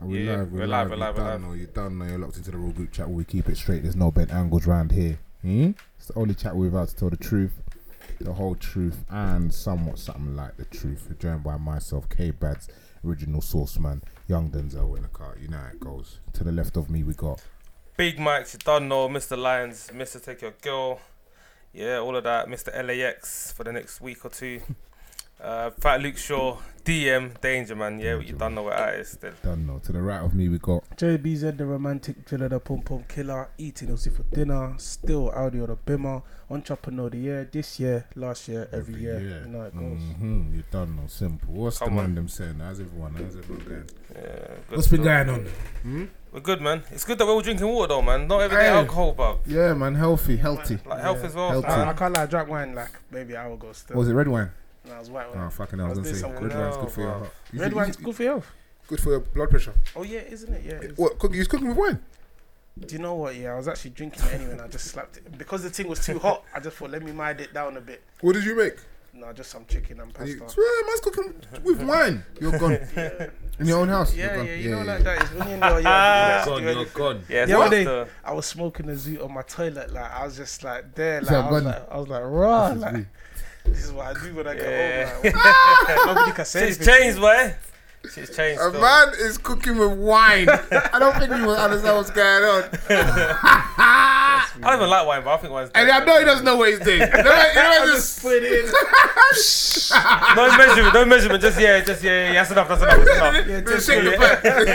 Are we Yeah, live? We're, we're live. live, we're you live, we're done live. know. You done know. You're locked into the real group chat where we keep it straight. There's no bent angles round here. Hmm? It's the only chat we're about to tell the truth, the whole truth, and somewhat something like the truth. We're joined by myself, K Bads, original source man, young Denzel in the car. You know how it goes. To the left of me, we got Big Mike's, you don't know, Mr. Lions, Mr. Take Your Girl, yeah, all of that, Mr. LAX for the next week or two. Uh, Fat Luke Shaw, DM, Danger Man, yeah, you don't know what that is still. done know. To the right of me, we got JBZ, the romantic driller, the pom pom killer, eating Aussie for dinner, still Audi or the Bimmer, entrepreneur of the year, this year, last year, every, year. You know how it goes. hmm You done know. Simple. What's Come the on. man them saying? How's everyone? How's everyone going? Yeah, good What's been stuff. going on? We're good, man. It's good that we're all drinking water, though, man. Not every day Hey. alcohol, bruv. Yeah, man. Healthy, healthy. Like health as well. Healthy. I, I can't lie, I drank wine like maybe an hour ago still. Was it red wine? No, it was white wine. Oh, fucking hell, I was I gonna was say doing red something wine's now, good for your bro. heart. You Red should- wine's you good for health. should- good for your blood pressure. Oh, yeah, isn't it? Yeah. it is. What? Cook, you was cooking with wine? Do you know what? Yeah, I was actually drinking it anyway and I just slapped it. Because the thing was too hot, I just thought, let me mind it down a bit. What did you make? No, just some chicken and And you, pasta. swear, man's cooking with wine. You're gone in your own house. you're Yeah, yeah, gone. you know, like that. It's when you're in your yard, you don't have to do anything. gone. Yeah, The so other that's day- the- I was smoking a zoo on my toilet, like I was just like there, You like, said, I, was "Bunny." like I was like raw, This is like me. this is what I do when I Yeah. get home. Like, nobody can say Shit's anything. changed, boy. Shit's changed. A still. man is cooking with wine. I don't think you will understand what's going on. I don't even like wine, but I think wine's And I know he doesn't know what he's doing. No, he knows just Put it in. No measurement, no measurement. Just, yeah, just, yeah, yeah, that's enough, that's enough, that's enough. Yeah, just just shake the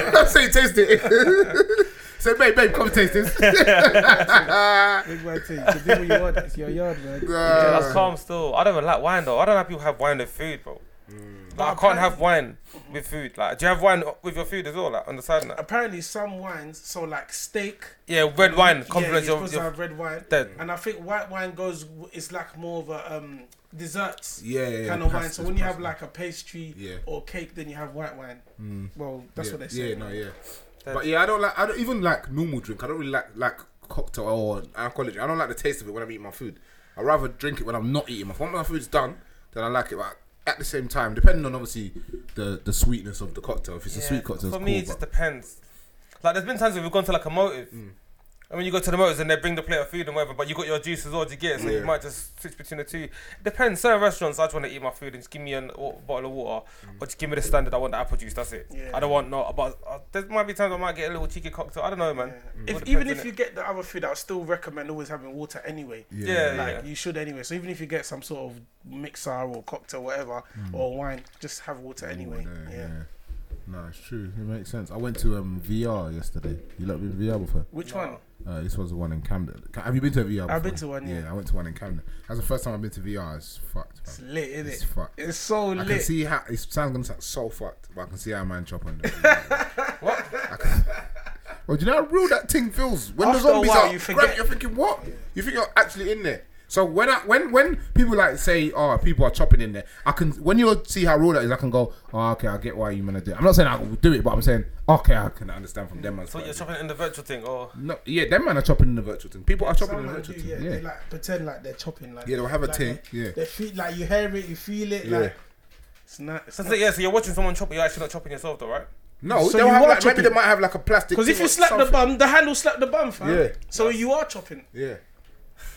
pan. Don't say taste it. Say, babe, babe, come taste this. big man thing. You can do what you want. It's your yard, man. Yeah, Uh, that's calm still. I don't even like wine though. I don't like people have wine with food, bro. Mm. Like I can't have wine with food. Like, do you have wine with your food as well? Like on the side, like Apparently, some wines, so like steak, yeah, red wine yeah, you're complements your, supposed to your have red wine, dead. and I think white wine goes. It's like more of a um desserts Yeah, yeah, yeah, kind of wine. pastas, So when you have pastas. like a pastry Yeah. or cake, then you have white wine. Mm. Well, that's yeah, what they say. Yeah, no, yeah. But yeah, I don't like. I don't even like normal drink. I don't really like like cocktail or alcoholic. Drink. I don't like the taste of it when I'm eating my food. I would rather drink it when I'm not eating my food. When my food's done, then I like it. But at the same time, depending on obviously the the sweetness of the cocktail. If it's a Yeah, sweet cocktail, For it's me, cool, it just but- depends. Like, there's been times where we've gone to like a motive, Mm. and when you go to the motives and they bring the plate of food and whatever, but you got your juice as well. Do you get it? So Yeah. you might just switch between the two. Depends. Certain restaurants, I just want to eat my food and just give me a bottle of water, Mm. or just give me the standard. I want the apple juice. That's it. Yeah. I don't want no. But uh, there might be times I might get a little cheeky cocktail. I don't know, Mm. man. It all If, even depends, if innit? you get the other food, I would still recommend always having water anyway. yeah, yeah, Like you should anyway. So even if you get some sort of mixer or cocktail, whatever, or wine, just have water anyway. Mm. Yeah, yeah. yeah. No, it's true. It makes sense. I went to um VR yesterday. You lot been VR before? Which No. one? Uh, this was the one in Camden. Ca- Have you been to a VR? Before? I've been to one, yeah. I went to one in Camden. That's the first time I've been to VR. It's fucked. Man. It's lit, isn't It's it? fucked. It's so I can lit. see how it sounds gonna sound so fucked, but I can see how man chop on What? Well, do you know how real that thing feels when After the a zombies while, are you you forget. You're thinking what? You think you're actually in there. So when I, when when people like say, oh, people are chopping in there, I can when you see how real that is, I can go, oh, okay, I get why you man do it. I'm not saying I will do it, but I'm saying, okay, I can understand from them. So you're chopping in the virtual thing, or No, yeah, them man are chopping in the virtual thing. People are chopping Some in the man virtual do, thing. yeah, Yeah, They like pretend like they're chopping. Like Yeah, they'll have a like ting, they- yeah. They feel like you hear it, you feel it. Yeah. Like it's not. It's so, yeah, so you're watching someone chop, but you're actually not chopping yourself, though, right? No, So they'll you have are like, maybe chopping. they might have like a plastic. because if thing you or slap the something. bum, the handle slap the bum, fam. Yeah. So you are chopping. yeah,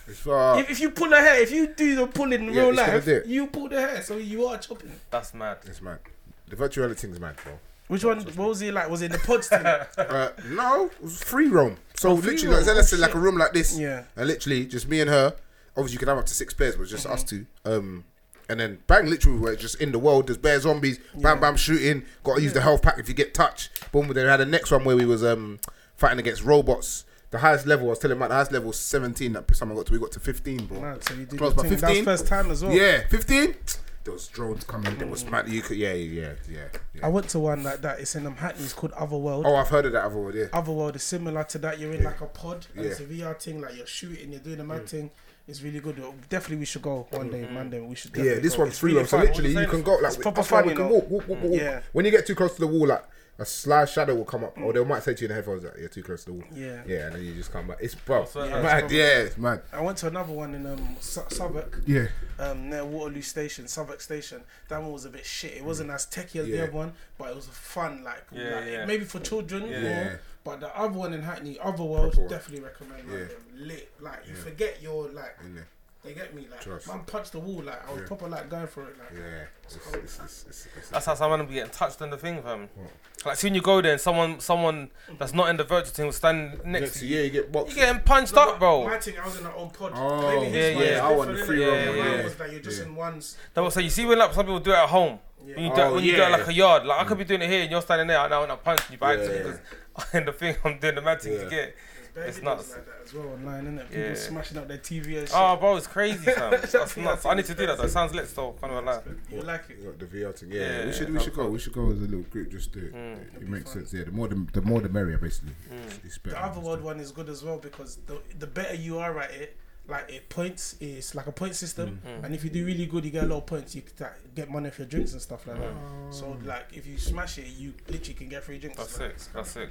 it's uh, If, if you pull the hair, if you do the pull in Yeah, real it's gonna life, do it. you pull the hair, so you are chopping. That's mad. It's mad. The virtuality thing's mad, bro. Which one? What was it like? Was it the pods thing? Uh, no, it was free roam. So literally, Oh, roam. like, let's say like a room like this. Yeah. And literally, just me and her. Obviously, you can have up to six players, but it's just Mm-hmm. us two. Um, and then bang, literally, we're just in the world. There's bear zombies. Bam, bam, shooting. Got to use the health pack if you get touched. Boom. Then we had the next one where we was um fighting against robots. The highest level, I was telling Mike, the highest level was 17 that someone got to. We got to 15, bro. Mad, so you did Close, but your thing. That was 15? first time as well. Yeah, 15. There was drones coming. There was mad. You could, yeah, yeah, yeah. yeah. I went to one like that. It's in um, Hackney. It's called Otherworld. Oh, I've heard of that. I've already. Yeah. Otherworld is similar to that. You're in like a pod. And Yeah. Mm. It's a VR thing. Like you're shooting. You're doing a mad thing. It's really good. Definitely, we should go one day. Monday, we should. Mm-hmm. Yeah, definitely this go. one's It's free really roam. So fun. literally, you can go like proper that's why fun, we you can know. walk, walk, walk, walk. Yeah. When you get too close to the wall, like a slight shadow will come up, or they might say to you in the headphones that you're too close to the wall. Yeah. Yeah, and then you just come back. It's bro, swear yeah, that's mad. probably- Yeah, it's mad. I went to another one in um, Su- Southwark, Yeah, um, near Waterloo Station, Southwark Station. That one was a bit shit. It wasn't as techie as Mm. Yeah. the other one, but it was fun. Like, Yeah, like, yeah. maybe for children. Yeah. or- Yeah. But the other one in Hackney, Otherworld, Proper one. definitely recommend. Like, Yeah. they're lit. Like you Yeah. forget your like. in there. They get me. Like Trust. man punched the wall. Like I was Yeah. proper like going for it. Like Yeah, it's, it's, it's, it's, it's, That's how some of them be getting touched on the thing, fam. What? Like soon you go there and someone someone that's not in the virtual team will stand next, next to you. year you get You boxed. getting punched No, up, but bro. My thing, I was in that old pod. Oh, Maybe his yeah, one is yeah, I want the different, free innit? room Mine one, yeah. was like you're just Yeah. in ones. That was- so you see when like some people do it at home. When you do, it Oh, when you do it yeah. Mm. like a yard, like I could be doing it here and you're standing there and I want to punch you by Yeah. accident because in the thing I'm doing the mad things Yeah. you get. There's It's it's nuts. like that as well online, isn't it? People Yeah. smashing up their TV and shit. Oh, bro, it's crazy, fam. That's thing, nuts. I I need think to do that. though. It sounds lit still, kind of like. you like it? You got the VR thing. Yeah, Yeah, we should we I'll- should go. We should go as a little group. Just do it. It makes sense. Yeah, the more the, the more the merrier, basically. It's, it's better. The other world one is good as well because the the better you are at it, like it points. It's like a point system, Mm. Mm. and if you do really good, you get a lot of points. You can get money for your drinks and stuff like Oh. that. So like if you smash it, you literally can get free drinks. That's like, sick. That's sick.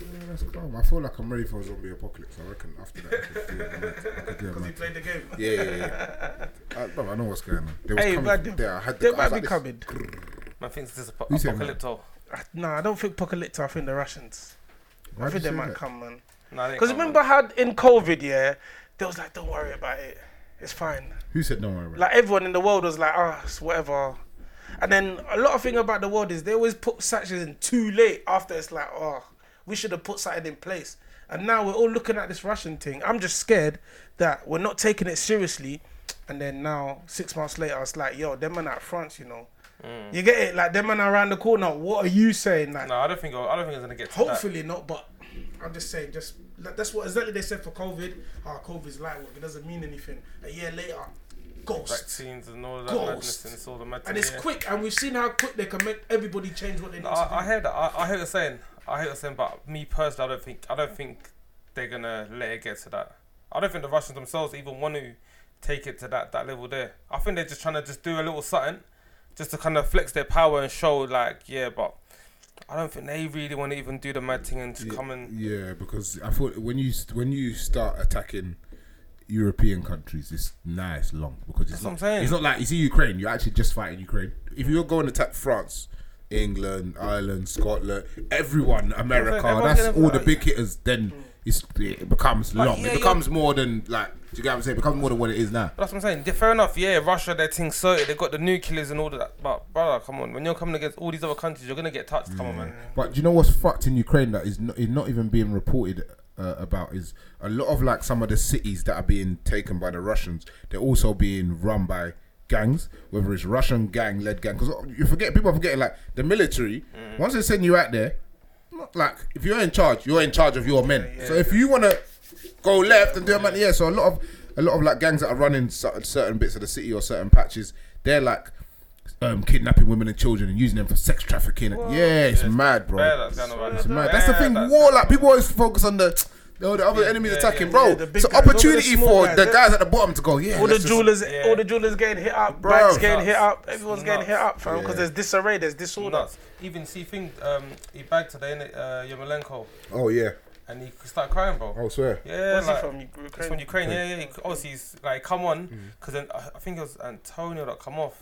Yeah, that's calm. I feel like I'm ready for a zombie apocalypse. I reckon after that, I could do it. I could do it, Because you man. played the game. Yeah, yeah, yeah. I, bro, I know what's going on. They was Hey, coming man, from there. I had the, They I was might be like this. coming. Man thinks this is ap- You said, man. apocalypto. Ah, Nah, I don't think Apocalypto. I think the Russians. Why I did think they you say might that? come, man. Nah, they ain't Because coming. remember how in COVID, yeah, they was like, don't worry about it. It's fine. Who said no one? Right? Like everyone in the world was like, ah, it's whatever. And then a lot of thing about the world is they always put sanctions in too late after it's like, oh, we should have put something in place. And now we're all looking at this Russian thing. I'm just scared that we're not taking it seriously. And then now, six months later, it's like, yo, them man out France, you know. You get it? Like, them man around the corner, what are you saying? Like, No, I don't think. I don't think it's gonna get. To Hopefully not, but I'm just saying, just like, that's what exactly they said for COVID. Ah, COVID's light work; it doesn't mean anything. A year later, that. ghost, vaccines and all that Ghost. madness and it's all the madness. and it's yeah. quick. And we've seen how quick they can make everybody change what they need No, to do. I, I hear that. I, I hear what you're saying. I hear what you're saying, but me personally, I don't think. I don't think they're gonna let it get to that. I don't think the Russians themselves even want to take it to that that level there. I think they're just trying to just do a little something, just to kind of flex their power and show like yeah, but. I don't think they really want to even do the mad thing and just yeah, come and yeah, because I thought when you st- when you start attacking European countries, it's nice long because it's That's not. what I'm saying. It's not like you see Ukraine. You're actually just fighting Ukraine. If you go and attack France. England, Ireland, Scotland, everyone, America, everyone's that's gonna- all the big hitters, then it's, it becomes long. yeah, it becomes more than, like, do you get what I'm saying? It becomes more than what it is now. That's what I'm saying. Yeah, fair enough. Yeah, Russia, their thing sorted. They got the nuclears and all of that. But brother, come on. When you're coming against all these other countries, you're gonna get touched. Come on, man. But do you know what's fucked in Ukraine that is not, is not even being reported uh, about is a lot of like some of the cities that are being taken by the Russians. They're also being run by gangs, whether it's Russian gang led gang. Because you forget people are forgetting like the military. Once they send you out there, not like if you're in charge, you're in charge of your men. so if you wanna go left and do a man, yeah. So a lot of a lot of like gangs that are running cer- certain bits of the city or certain patches, they're like. Um, kidnapping women and children and using them for sex trafficking. Yeah, it's mad, bro. Bear that's gonna run. It's mad. That's the thing. War, like people always focus on the oh, the other enemies yeah, attacking, yeah, bro. yeah, the big it's an guys, not the opportunity small for guys, the yeah. guys at the bottom to go. Yeah, all the let's just- jewelers, yeah. all the jewelers getting hit up, Bro. brands getting Nuts. hit up, everyone's getting hit Nuts. up, fam, because Yeah. there's disarray, there's disorder. nuts. Even see thing. Um, he bagged today, innit? Uh, Yarmolenko, Oh yeah, and he started crying, bro. I swear. Yeah, Where's like, he from? He's Ukraine. from Ukraine. Yeah, yeah. He, obviously, he's like come Mm. on, because then uh, I I think it was Antonio that come off,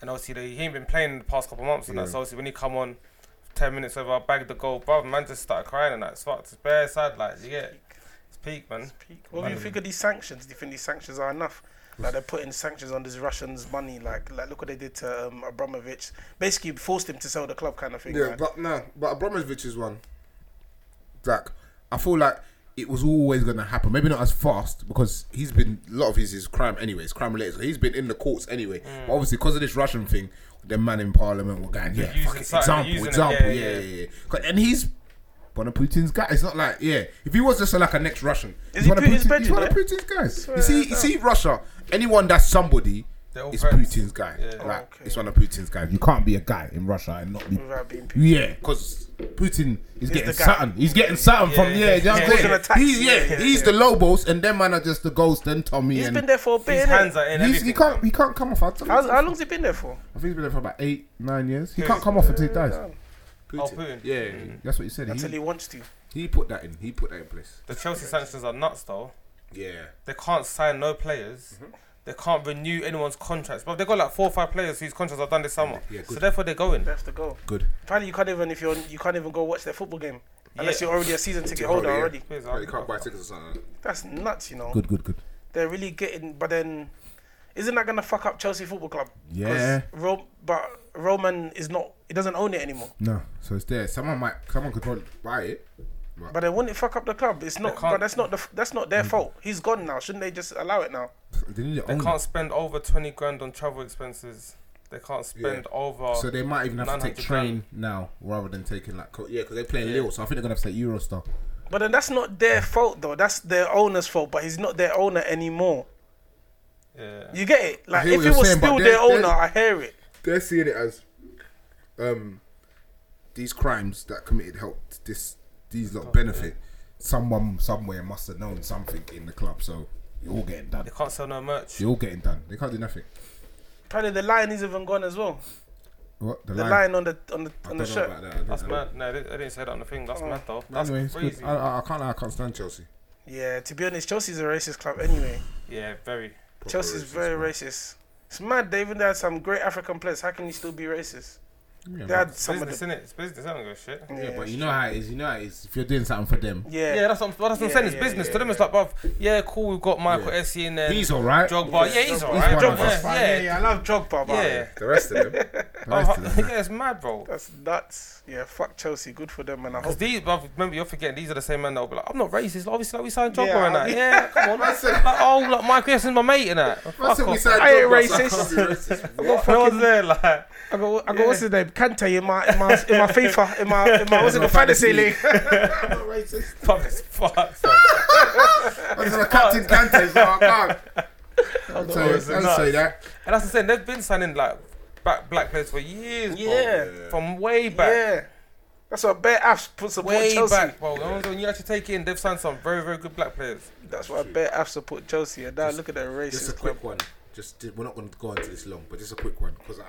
and obviously they, he ain't been playing in the past couple of months, and that. Yeah. So obviously when he come on, ten minutes over, I bagged the goal, bro. Man just started crying and that. It's fucked. It's bare sad, like you get. It's peak, man. Peak. What do you think of these sanctions? Do you think these sanctions are enough? Like they're putting sanctions on these Russians' money. Like, like look what they did to um, Abramovich. Basically, forced him to sell the club, kind of thing. Yeah, right? but no, but Abramovich is one. Like, I feel like it was always going to happen. Maybe not as fast because he's been a lot of his is crime anyway. It's crime related, so he's been in the courts anyway. Mm. But obviously, because of this Russian thing, the man in parliament were going, yeah, using fuck it, something, example, using it, example, yeah, yeah, yeah, yeah. yeah, yeah. And he's. One of Putin's guy. It's not like yeah. If he was just like a next Russian, he's he one of Putin's Putin- bench he's one of player? Putin's guys. You see, you see Russia. Anyone that's somebody They're all is friends. Putin's guy. Yeah. Like Okay. it's one of Putin's guys. You can't be a guy in Russia and not be Without being Putin. yeah, because Putin is getting the guy. something. He's getting something from yeah, yeah. you know what yeah. I'm Causing saying? attacks, He's yeah, yeah, yeah, he's yeah. the Lobos, and them man are just the Ghost and Tommy. He's and been there for a bit. His innit? hands are in he's, everything. he can't he can't come off. I, don't How's, know. how long's he been there for? I think he's been there for about eight nine years. He can't come off until he dies. Putin. Oh, Putin. Yeah, that's what he said. until he He, wants to. he put that in. He put that in place. The Chelsea sanctions are nuts, though. Yeah. They can't sign no players. Mm-hmm. They can't renew anyone's contracts. But they've got like four or five players whose contracts are done this summer. Yeah, good. so therefore they're going. They have to go. Good. Apparently, you can't even if you're you can't even go watch their football game unless Yeah. you're already a season ticket Oh, holder yeah. already. Players Like, are- you can't buy tickets or something. like That's nuts, you know. Good, good, good. They're really getting, but then, isn't that gonna fuck up Chelsea Football Club? 'Cause Yeah. Ro- but Roman is not. He doesn't own it anymore. No, so it's there. that. Someone might. Someone could probably buy it. But then wouldn't it fuck up the club? It's not. But can't- that's not the. f- That's not their Mm. fault. He's gone now. Shouldn't they just allow it now? They need to They own can't it. spend over 20 grand on travel expenses. They can't spend over. So they might even have to take 900 train now rather than taking like. Co- yeah, because they're playing Yeah. Lille, so I think they're gonna have to take Eurostar. But then that's not their fault though. That's their owner's fault. But he's not their owner anymore. yeah. You get it? Like hear if what it you're was saying, but still they- their they- owner, I hear it. They're seeing it as, um, these crimes that committed helped this these lot benefit. Someone somewhere must have known something in the club, so you're all getting done. They can't sell no merch. You're all getting done. They can't do nothing. Apparently the lion is even gone as well. What the, The line? lion on the on the I don't on know the shirt. about that. I don't That's know. mad. No, I didn't, I didn't say that on the thing. Oh. That's mad, though. That's Anyway, it's good. crazy. I, I, I can't. I can't stand Chelsea. Chelsea. Yeah. To be honest, Chelsea's a racist club anyway. Yeah, very. Proper Chelsea's racist, very man. racist. It's mad. They even had some great African players. How can you still be racist? Yeah, They but, had some of business, the. innit? It's business. I don't give a shit. yeah, but you know how it is. You know how it is. If you're doing something for them, Yeah. Yeah, that's what, I'm- that's what I'm Yeah, saying. It's yeah, business. yeah, to them, it's like, bruv, yeah, cool, we've got Michael Yeah. Essien in there. he's all right. Jogba. Yeah, he's alright. one of Jogba. us. yeah, Yeah, yeah. yeah, I love Drogba, but Yeah, The rest of them. The rest of Oh, them. yeah it's mad, bro. that's nuts. Yeah, fuck Chelsea. Good for them, and I Because hope. these, bruv, remember, you're forgetting these are the same men that will be like, I'm not racist. like, Obviously, like, we signed Jogba Yeah, and I that. mean- Yeah, come on. like, oh, like, Michael Essie's my mate and that. I Fuck said we off. signed I ain't Drogba, so I racist. can't be racist. No one's there, like. I got, I got what's his name? Kante in my, in my, in my FIFA, in my, in my, what's it, the fantasy league. I'm not racist. Fuck as fuck. son. I said, Captain Kante, so I can't. Don't So, say- don't say that. And that's the thing, they've been signing like back black players for years, bro. Yeah. From way back. yeah, that's what Bear Apps puts support Way Chelsea. back, bro. When you actually take it in, they've signed some very, very good black players. That's why Bear Apps support Chelsea. And now look at that Just a racist club. quick one. Just we're not going to go into this long, but just a quick one because I,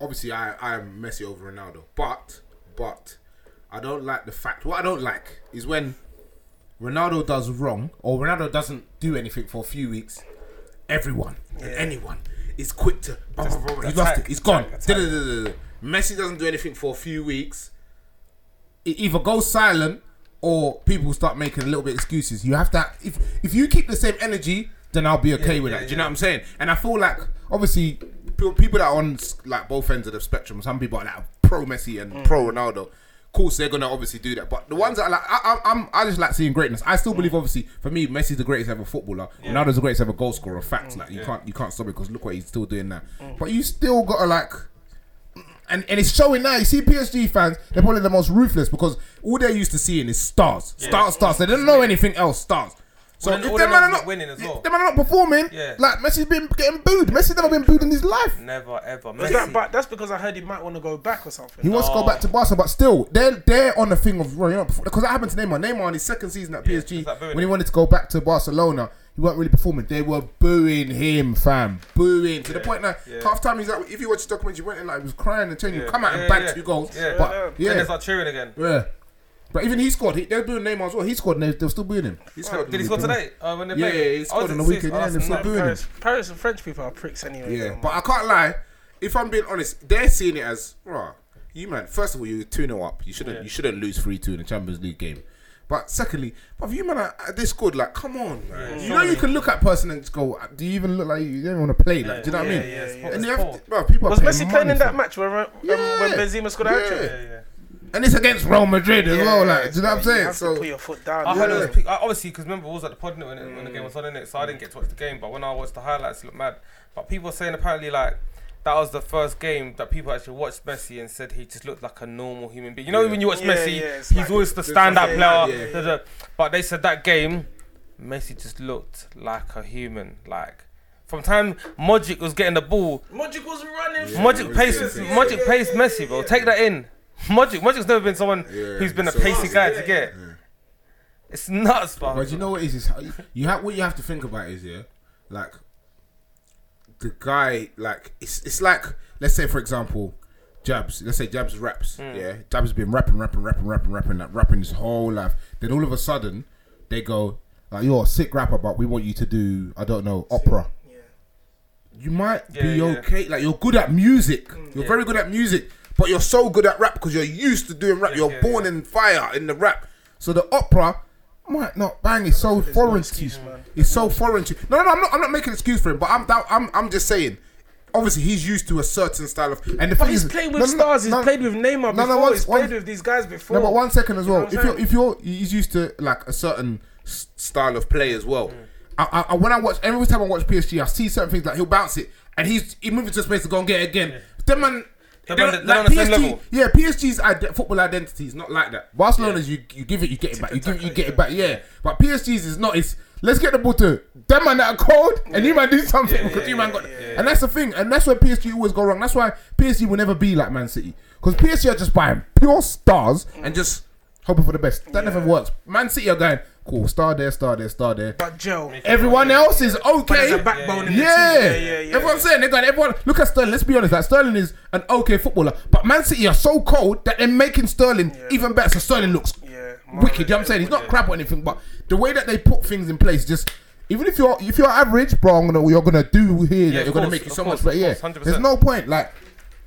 obviously I I am Messi over Ronaldo, but but I don't like the fact. What I don't like is when Ronaldo does wrong or Ronaldo doesn't do anything for a few weeks. Everyone and anyone is quick to. "Oh, he lost it. He's gone. Da-da-da-da-da. Messi doesn't do anything for a few weeks. It e-, either goes silent or people start making a little bit excuses. You have to if if you keep the same energy, then I'll be okay with that. Do you know what I'm saying? And I feel like obviously pe- people that are on s- like both ends of the spectrum. Some people are like pro Messi and pro Ronaldo. Of course, they're gonna obviously do that. But the ones that are like I, I, I'm, I just like seeing greatness. I still believe, obviously, for me, Messi's the greatest ever footballer. Ronaldo's the greatest ever goal scorer. Fact, like you can't you can't stop it because look what he's still doing now. But you still gotta like and, and it's showing now. You see, PSG fans, they're probably the most ruthless because all they're used to seeing is stars, stars, stars. They don't know anything else, stars. So Well, then all if them they man know are is not winning as well. if them man are not performing, Yeah. like Messi's been getting booed. Messi's never been booed in his life. Never, ever. Is Messi. that, but that's because I heard he might want to go back or something. He wants to No. go back to Barca, but still, they're they're on the thing of well, you know, because that happened to Neymar. Neymar in his second season at PSG, it's like booing when he him. wanted to go back to Barcelona, he weren't really performing. They were booing him, fam, booing to the point that yeah. half time he's like, if you watch the documentary, he went in like he was crying and telling you, Yeah, come out yeah, and bang yeah. two goals. Yeah. But yeah. yeah, Then they start cheering again. Yeah. But even he scored. He, they were booing Neymar as well. He scored and they, they were still booing him. He scored Did he score today? Uh, when they Yeah, played? yeah, he Oh, scored was on it the six? weekend, Oh, yeah, that's and they mad. still booed him. Paris, Paris and French people are pricks anyway. Yeah. man. But I can't lie. If I'm being honest, they're seeing it as, rah, you man, first of all, you're 2 0 up. You shouldn't you shouldn't lose 3 2 in a Champions League game. But secondly, but you man, are- are this good, like, come on, man. you know, you can look at a person and just go, uh, do you even look like you, you don't want to play? Like, do you know what I Yeah, mean? yeah, it's poor, And it's you have poor. to, bro, people are Was paying Messi playing money in for that it. match where um, Yeah. when Benzema scored a hat trick? Yeah. Yeah, yeah. And it's against Real Madrid as well, like, do you know what I'm You saying? have So, to put your foot down. I heard it was Yeah. peak. I, obviously because remember I was at the pod innit, when, it- when the game was on in it, so I didn't get to watch the game. But when I watched the highlights, it looked mad. But people were saying apparently like that was the first game that people actually watched Messi and said he just looked like a normal human being. You know when you watch Yeah, Messi, yeah, it's he's like- always the There's standout something- player. yeah, yeah. da, da. But they said that game, Messi just looked like a human. Like from time Modric was getting the ball, Modric was running. Yeah. Modric yeah, pace, yeah, Modric pace Messi, bro. Take that in. Modric, Modric's never been someone Yeah, who's been a so- pacey guy to get. It's nuts, bro. But you know what it is? is how you- you have what you have to think about is yeah, like the guy like it's it's like let's say for example Jabs, let's say Jabs raps. Yeah, Jabs been rapping, rapping, rapping, rapping, rapping, like rapping his whole life. Then all of a sudden, they go, like, "You're a sick rapper, but we want you to do, I don't know, opera." Yeah. You might be yeah. Mm, okay. Like you're good at music. You're very good at music, but you're so good at rap because you're used to doing rap. you're yeah, born in fire in the rap. So the opera might not bang. It's so foreign excuse, to you. man. It's so foreign to you. No, no, no, I'm not. I'm not making an excuse for him. But I'm. doubt- I'm. I'm just saying. Obviously, he's used to a certain style of. And the But thing he's is- played no, with no, no, stars. He's no. played with Neymar No, before. no, one- he's one- played with these guys before. No, but one second as You know well. what I'm If you're saying? if you're he's used to like a certain s- style of play as Mm. well. I, I, I- when I watch every time I watch PSG, I see certain things like he'll bounce it and he's he moves into space to go and get it again. Them man. they're Them man- not- they're on the same PSG level. Yeah, PSG's ide- football identity is not like that. Barcelona's you you give it, you get it back. You give it, you get it back. Yeah, but PSG's is not. It's let's get the ball to them man that are cold, and you man do something because you man got. and that's the thing, and that's where PSG always go wrong. That's why PSG will never be like Man City because PSG are just buying pure stars and just hoping for the best. That never works. Man City are going cool, star there, star there, star there. But Joe, Everyone else is okay. but there's a backbone in the Yeah. team. Yeah, yeah, yeah. That's what I'm saying. They got everyone. Look at Sterling. Let's be honest. Like Sterling is an okay footballer, but Man City are so cold that they're making Sterling even better. So Sterling looks Yeah, wicked. You know what I'm saying? He's not crap or anything, but the way that they put things in place, just even if you're if you're average, bro, I'm gonna you're gonna do here. that of you're gonna course, make it of so course, much better. of Yeah. course, 100%. There's no point. Like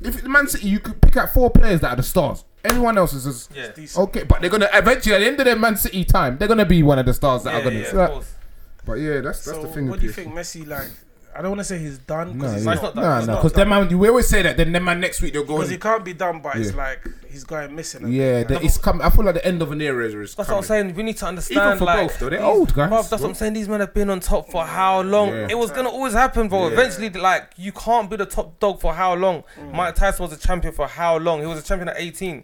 if Man City, you could pick out four players that are the stars. Everyone else is just Yeah. Decent. okay, but they're gonna eventually at the end of their Man City time, they're gonna be one of the stars that Yeah, are gonna. yeah, of course. But yeah, that's that's so the thing. what with do you PSG. think Messi like? I don't want to say he's done because No, he's yeah. It's not not. No, that. no, it's not because them man, we always say that. Then them man, next week they'll go. Because he And, can't be done, but it's Yeah. like he's going missing. a yeah, bit, the, man. it's coming. I feel like the end of an era is That's what coming. I'm saying. We need to understand. Even for like, both, though, they're these- old guys. Bruv, that's what I'm saying. These men have been on top for how long? Yeah. It was gonna always happen, bro. Eventually, like you can't be the top dog for how long? Mm. Mike Tyson was a champion for how long? He was a champion at 18.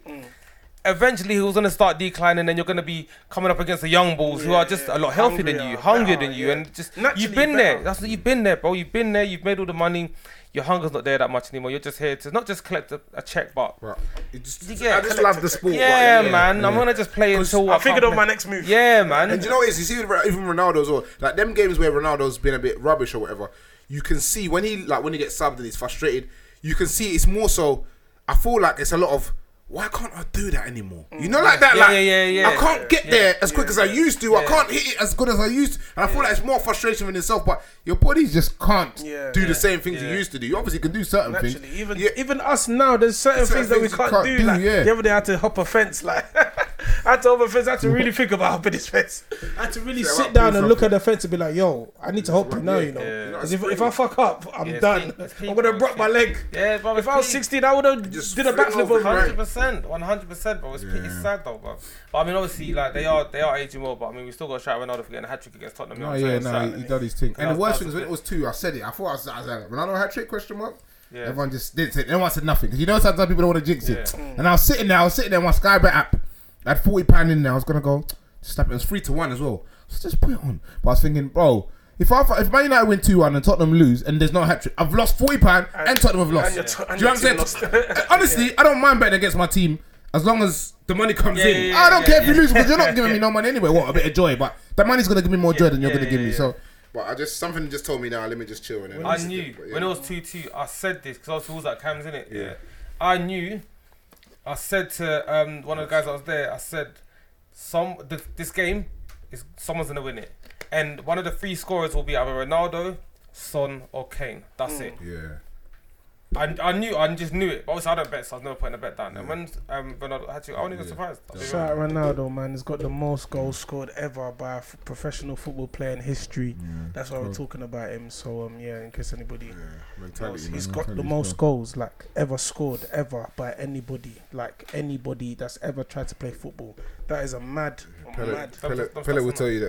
Eventually, he was gonna start declining, and you're gonna be coming up against the young bulls who Yeah, are just yeah. a lot healthier than Hungrier, you, hungrier better, than you, yeah. and just Naturally you've been there. better. That's what you've been there, bro. You've been there. You've made all the money. Your hunger's not there that much anymore. You're just here to not just collect a, a check, but Right. It just, Yeah, I just love the sport. yeah, like, man. I'm gonna just play until I figured can't out play. my next move. Yeah, man. And do you know what it is? You see, with even Ronaldo as well. Like them games where Ronaldo's been a bit rubbish or whatever, you can see when he like when he gets subbed and he's frustrated. You can see it's more so. I feel like it's a lot of why can't I do that anymore? You know, like that. Mm. Yeah, like yeah, yeah, yeah. I can't get Yeah, there as quick as I used to. I yeah. can't hit it as good as I used. to. And I feel like it's more frustration in itself. But your body just can't Yeah. do Yeah, the same things yeah. you used to do. You obviously can do certain Naturally, things. even Yeah. even us now, there's certain, Certain things that we things you can't, can't do. do, Like yeah. the other day, I had to hop a fence. Like I had to hop a fence. I had to really think about hopping this fence. I had to really Yeah, sit right, down pull and look at the fence and be like, "Yo, I need to hop it now." yeah, You know, yeah. because if, if I fuck up, I'm it's done. peak- it's peak, I'm gonna bro, broke my it's leg. yeah, bro. If I was 16, I would have Just did a flip backflip over, over. right. Hundred percent, one hundred percent, bro. It's pretty Yeah. sad though, bro. But I mean, obviously, like they are, they are aging well. But I mean, we still got to shout Ronaldo for getting a hat trick against Tottenham. you know No, what I'm Oh, yeah, saying? no, Saturday. he, he done his thing. And That the was- worst thing was that was when it good. was two, I said it. I thought I was, I was like, Ronaldo hat trick? Question mark. Yeah. Everyone just didn't say. Everyone said nothing because you know sometimes people don't want to jinx it. And I was sitting there, I was sitting there, my Sky Bet app, I had forty pound in there. I was gonna go slap it. It was three to one as well. So just put it on. But I was thinking, bro, if I if Man United win two one and Tottenham lose and there's no hat trick, I've lost forty pound and, Tottenham have and your lost. to- and Do you know your what I'm team saying? Honestly, I don't mind betting against my team as long as the money comes Yeah, in. yeah, yeah, I don't yeah, care if you yeah. lose because you're not giving me no money anyway. What a bit of joy, but the money's gonna give me more joy than you're yeah, gonna give yeah, me. yeah. So But I just something just told me now. Let me just chill and then I just- knew but yeah. when it was two two. I said this because I was always at cams in it. Yeah. I knew. I said to um, one of the guys that was there. I said, "Some th- this game is someone's gonna win it, and one of the three scorers will be either Ronaldo, Son, or Kane. That's it." yeah. I, I knew, I just knew it. But obviously, I don't bet, so I was never putting a bet down. And when um, Ronaldo had to, I wasn't even surprised. I'll be real. Shout out Ronaldo, man. He's got the most goals scored ever by a f- professional football player in history. That's why we're talking about him. So, um, yeah, in case anybody knows, he's got the Mentality's most goals, like, ever scored ever by anybody. Like, anybody that's ever tried to play football. That is a mad, a Pele, mad. Pele, Don't- Pele will don't- tell you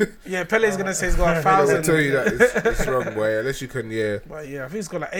that. Yeah, Pele's going to say he's got a I will tell thousand. you that it's, it's wrong way unless you can yeah, But, yeah, I think he's got like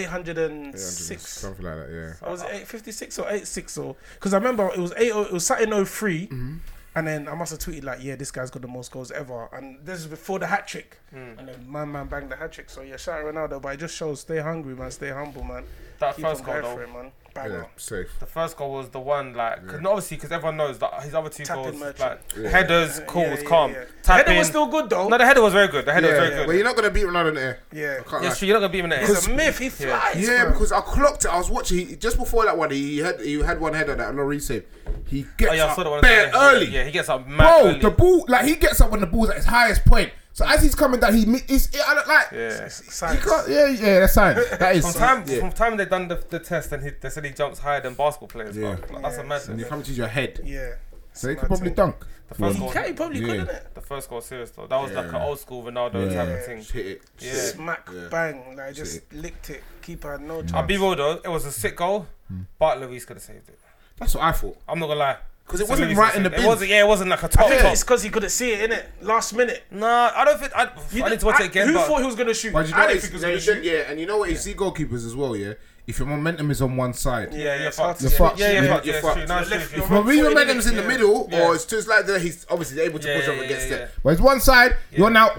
806. something like that yeah. I was it 856 or 86 or because I remember it was 80 it was Saturday 3 Mm-hmm. and then I must have tweeted like yeah this guy's got the most goals ever and this is before the hat Mm-hmm. Mm. trick and then my man banged the hat trick so yeah shout out Ronaldo but it just shows stay hungry man stay humble man that Keep first on goal going though. for it, man. Yeah, Banger. safe. The first goal was the one like cause obviously because everyone knows that his other two Tapping goals merchant. like Yeah. headers, Yeah, cool, yeah, was yeah, calm. yeah. The Tapping. header was still good though. no, the header was very good. The header was Yeah, very well, good. you're not gonna beat Ronaldo in the air. yeah, I can't Yeah, lie. sure, you're not gonna beat him in the it's air. a myth. He Yeah. flies. Yeah, bro. because I clocked it. I was watching. He, just before that one, he had he had one header that Lloris saved. He gets Oh yeah, I saw the one. up bare early. Yeah, he gets up mad Bro, early. the ball, like he gets up when the ball's at its highest point. So as he's coming down, he mi- it's, I don't like. yeah. It's He science. can't, yeah, yeah, that's science. That is. From time, Yeah. from time they done the, the test and he, they said he jumps higher than basketball players. Yeah. Yeah. Like, that's a And you madness. come to your head. Yeah. So he could probably dunk. The first He goal, can. He probably Yeah. could, not it? the first goal, serious though. That was like an old school Ronaldo Yeah. type of thing. Just hit it. Yeah. Just- Smack, Yeah. bang, like just licked it. Keeper had Mm. no chance. I'll be real though, it was a sick goal, Hmm. but Lloris could have saved it. That's what I thought. I'm not gonna lie. 'Cause it So wasn't Lloris right in could've the saved it. bin. It wasn't. Yeah, it wasn't like a top. I think top. it's because he couldn't see it, innit? Last minute. Nah, I don't think. I, I need to watch I- it again. Who but thought he was going to shoot? But you know I what didn't it's- think he was Yeah, you going to shoot. should- yeah, and you know what? You see goalkeepers as well, yeah. If your momentum is on one side, Yeah, you're it's hard fucked. to You're see. fucked. Yeah, yeah, Yeah, but you're yeah, it's fucked. true. No, it's Left, true. you're it's But true. right. when your momentum's in the Yeah. middle, Yeah. or it's just like that. He's obviously able to Yeah, push up yeah, against yeah, it. but it's one side. You're now.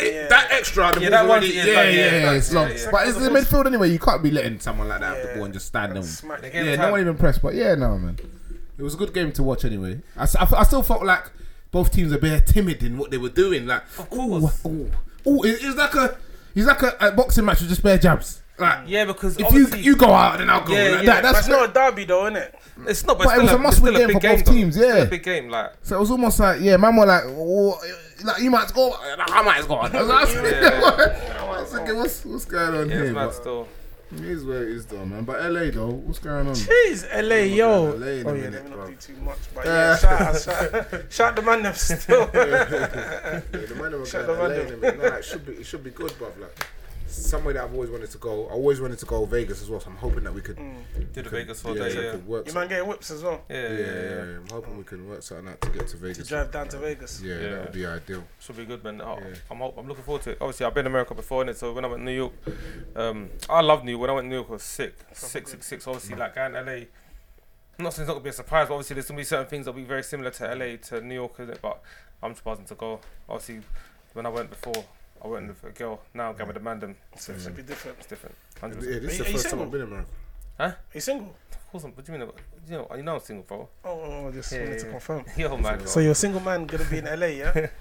It- That extra, the ball's Yeah, that one- already. yeah, Yeah, Yeah, yeah, that- yeah. yeah, it's yeah, long. yeah. But it's the midfield anyway. You can't be letting someone like that have the Yeah. ball and just stand them. Smack. They it. gave Yeah, him no time. one even pressed, but yeah, no man. It was a good game to watch anyway. I, s- I f- I still felt like both teams are bare timid in what they were doing. Like, oh, course. oh, oh, it, it's like a, it's like a, a boxing match with just bare jabs. Like, Yeah, because if you obviously- you go out, then I'll go. Yeah, like yeah, that. But That's it's not a derby, though, innit? It's not, but, But it it's was still a must-win it's still game for big both though. teams, It's still yeah. a big game. Like so. It was almost like yeah, man were like, oh, like you might score, and I might score. I was like, I was thinking, what's what's going on yeah, here? it's mad But still. it is where it is though, man. But LA though, what's going on? Jeez, LA, yo. LA in a oh, yeah, minute, let me bro. not do too much. But yeah, shout out, shout out. Shout out the man, them still. Yeah, the man of Shut Shut the the man man no, like, it should be it should be good, bruv. Like somewhere that I've always wanted to go. I always wanted to go Vegas as well, so I'm hoping that we could Mm. Do the Vegas for yeah, day, so yeah. could work Your some- man getting whips as well. Yeah, yeah, yeah, yeah, yeah. yeah. I'm hoping we can work something out to get to To Vegas. drive down to Vegas. yeah, Yeah. that would be ideal. Should be good, man. I- Yeah. I'm, hope- I'm looking forward to it. Obviously, I've been in America before, innit? So when I went to New York, um, I love New York. When I went to New York, it was sick. Sick, sick, sick. So obviously, like, going to LA, I'm not saying it's not going to be a surprise, but obviously, there's going to be certain things that will be very similar to LA, to New York, innit? But I'm just buzzing to go. Obviously, when I went before, I went with a girl. Now I'm going with a man, them. So it should be different. It's different. Yeah, 100%. this is the Are first you time single? I've been in America. Are you single? Of course, I'm- what do you mean? about- You know, you know I'm single, bro. Oh, oh, oh, just Yeah, wanted yeah, to yeah. confirm. Yo, man. So you're a single man gonna be in LA, yeah? what,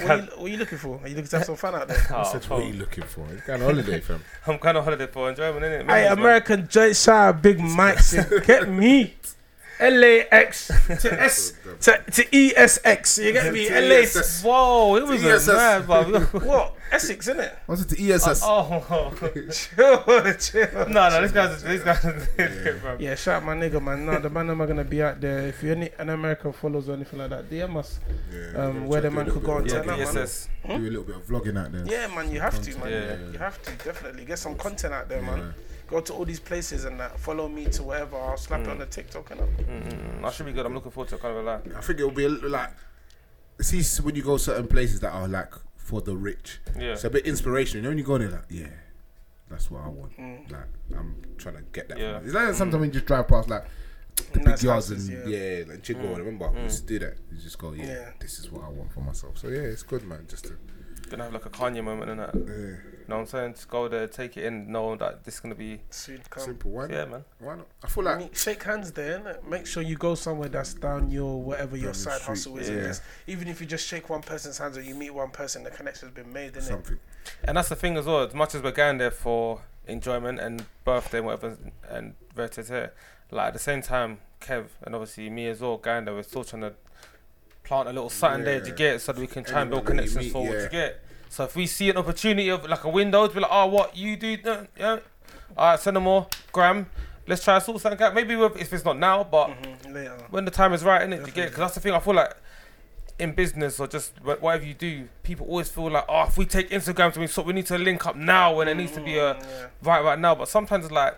what, are you, what are you looking for? Are you looking to have some fun out there? Oh, I said, what are you looking for? It's kind of holiday, fam. I'm kind of holiday for enjoyment, innit? Hey, Memories, man. American joint, shout out Big Mike's. Get me. LAX to S to, to ESX. You get me? To LA. ESX. Whoa, it was Yes, a that's- mad, bro. What? Essex, innit? What's it E to ESS? Oh, Chill, chill. no, no, this guy's this guy's bro. Yeah, shout out my nigga, man. Nah, the man am I gonna be out there. If you any an American follows or anything like that, DM us. Yeah, Um, we're where the gonna man do a could little go bit and of Yeah, turn up, vlogging. man. DSS. Do a little bit of vlogging out there. Yeah, man, you have to, man. Yeah. You have to definitely get some content out there, man. Go to all these places and that. Follow me to wherever. I'll slap it on the TikTok and that. Mm, I should be good. I'm looking forward to it. Kind of like I think it'll be a little like see s- when you go certain places that are like for the rich. Yeah. It's a bit inspirational. You know when you go there like, yeah, that's what I want. Mm. Like I'm trying to get that. from Yeah. it. It's like sometimes you just drive past like the Nice big yards and houses, Yeah, yeah. like Chico, Mm. remember? We used to do that. You just go, yeah, Yeah. this is what I want for myself. So yeah, it's good, man. Just to, gonna have like a Kanye moment and that. You yeah, know what I'm saying? Just go there, take it in, know that this is gonna be. Soon come. simple. Why not? Yeah, man. Why not? I feel I like mean, shake hands there. innit? Make sure you go somewhere that's down your whatever Down your the side street, hustle is. and yeah. just- Even if you just shake one person's hands or you meet one person, the connection's been made, innit? something. And that's the thing as well. As much as we're going there for enjoyment and birthday and whatever, and vertete, like at the same time, Kev and obviously me as well, going there, we're still trying to plant a little something there to Yeah. get so that we can try and build Anyone that you connections meet, for what yeah. to get. So if we see an opportunity of like a window to be like, oh, what you do, no, yeah, all right, send them more, Graham. Let's try and sort something out. Maybe we'll- if it's not now, but Mhm, Later. when the time is right, innit? You get because that's the thing. I feel like in business or just wh- whatever you do, people always feel like, oh, if we take Instagram to me, so we need to link up now, and it needs to be a Yeah. right right now. But sometimes it's like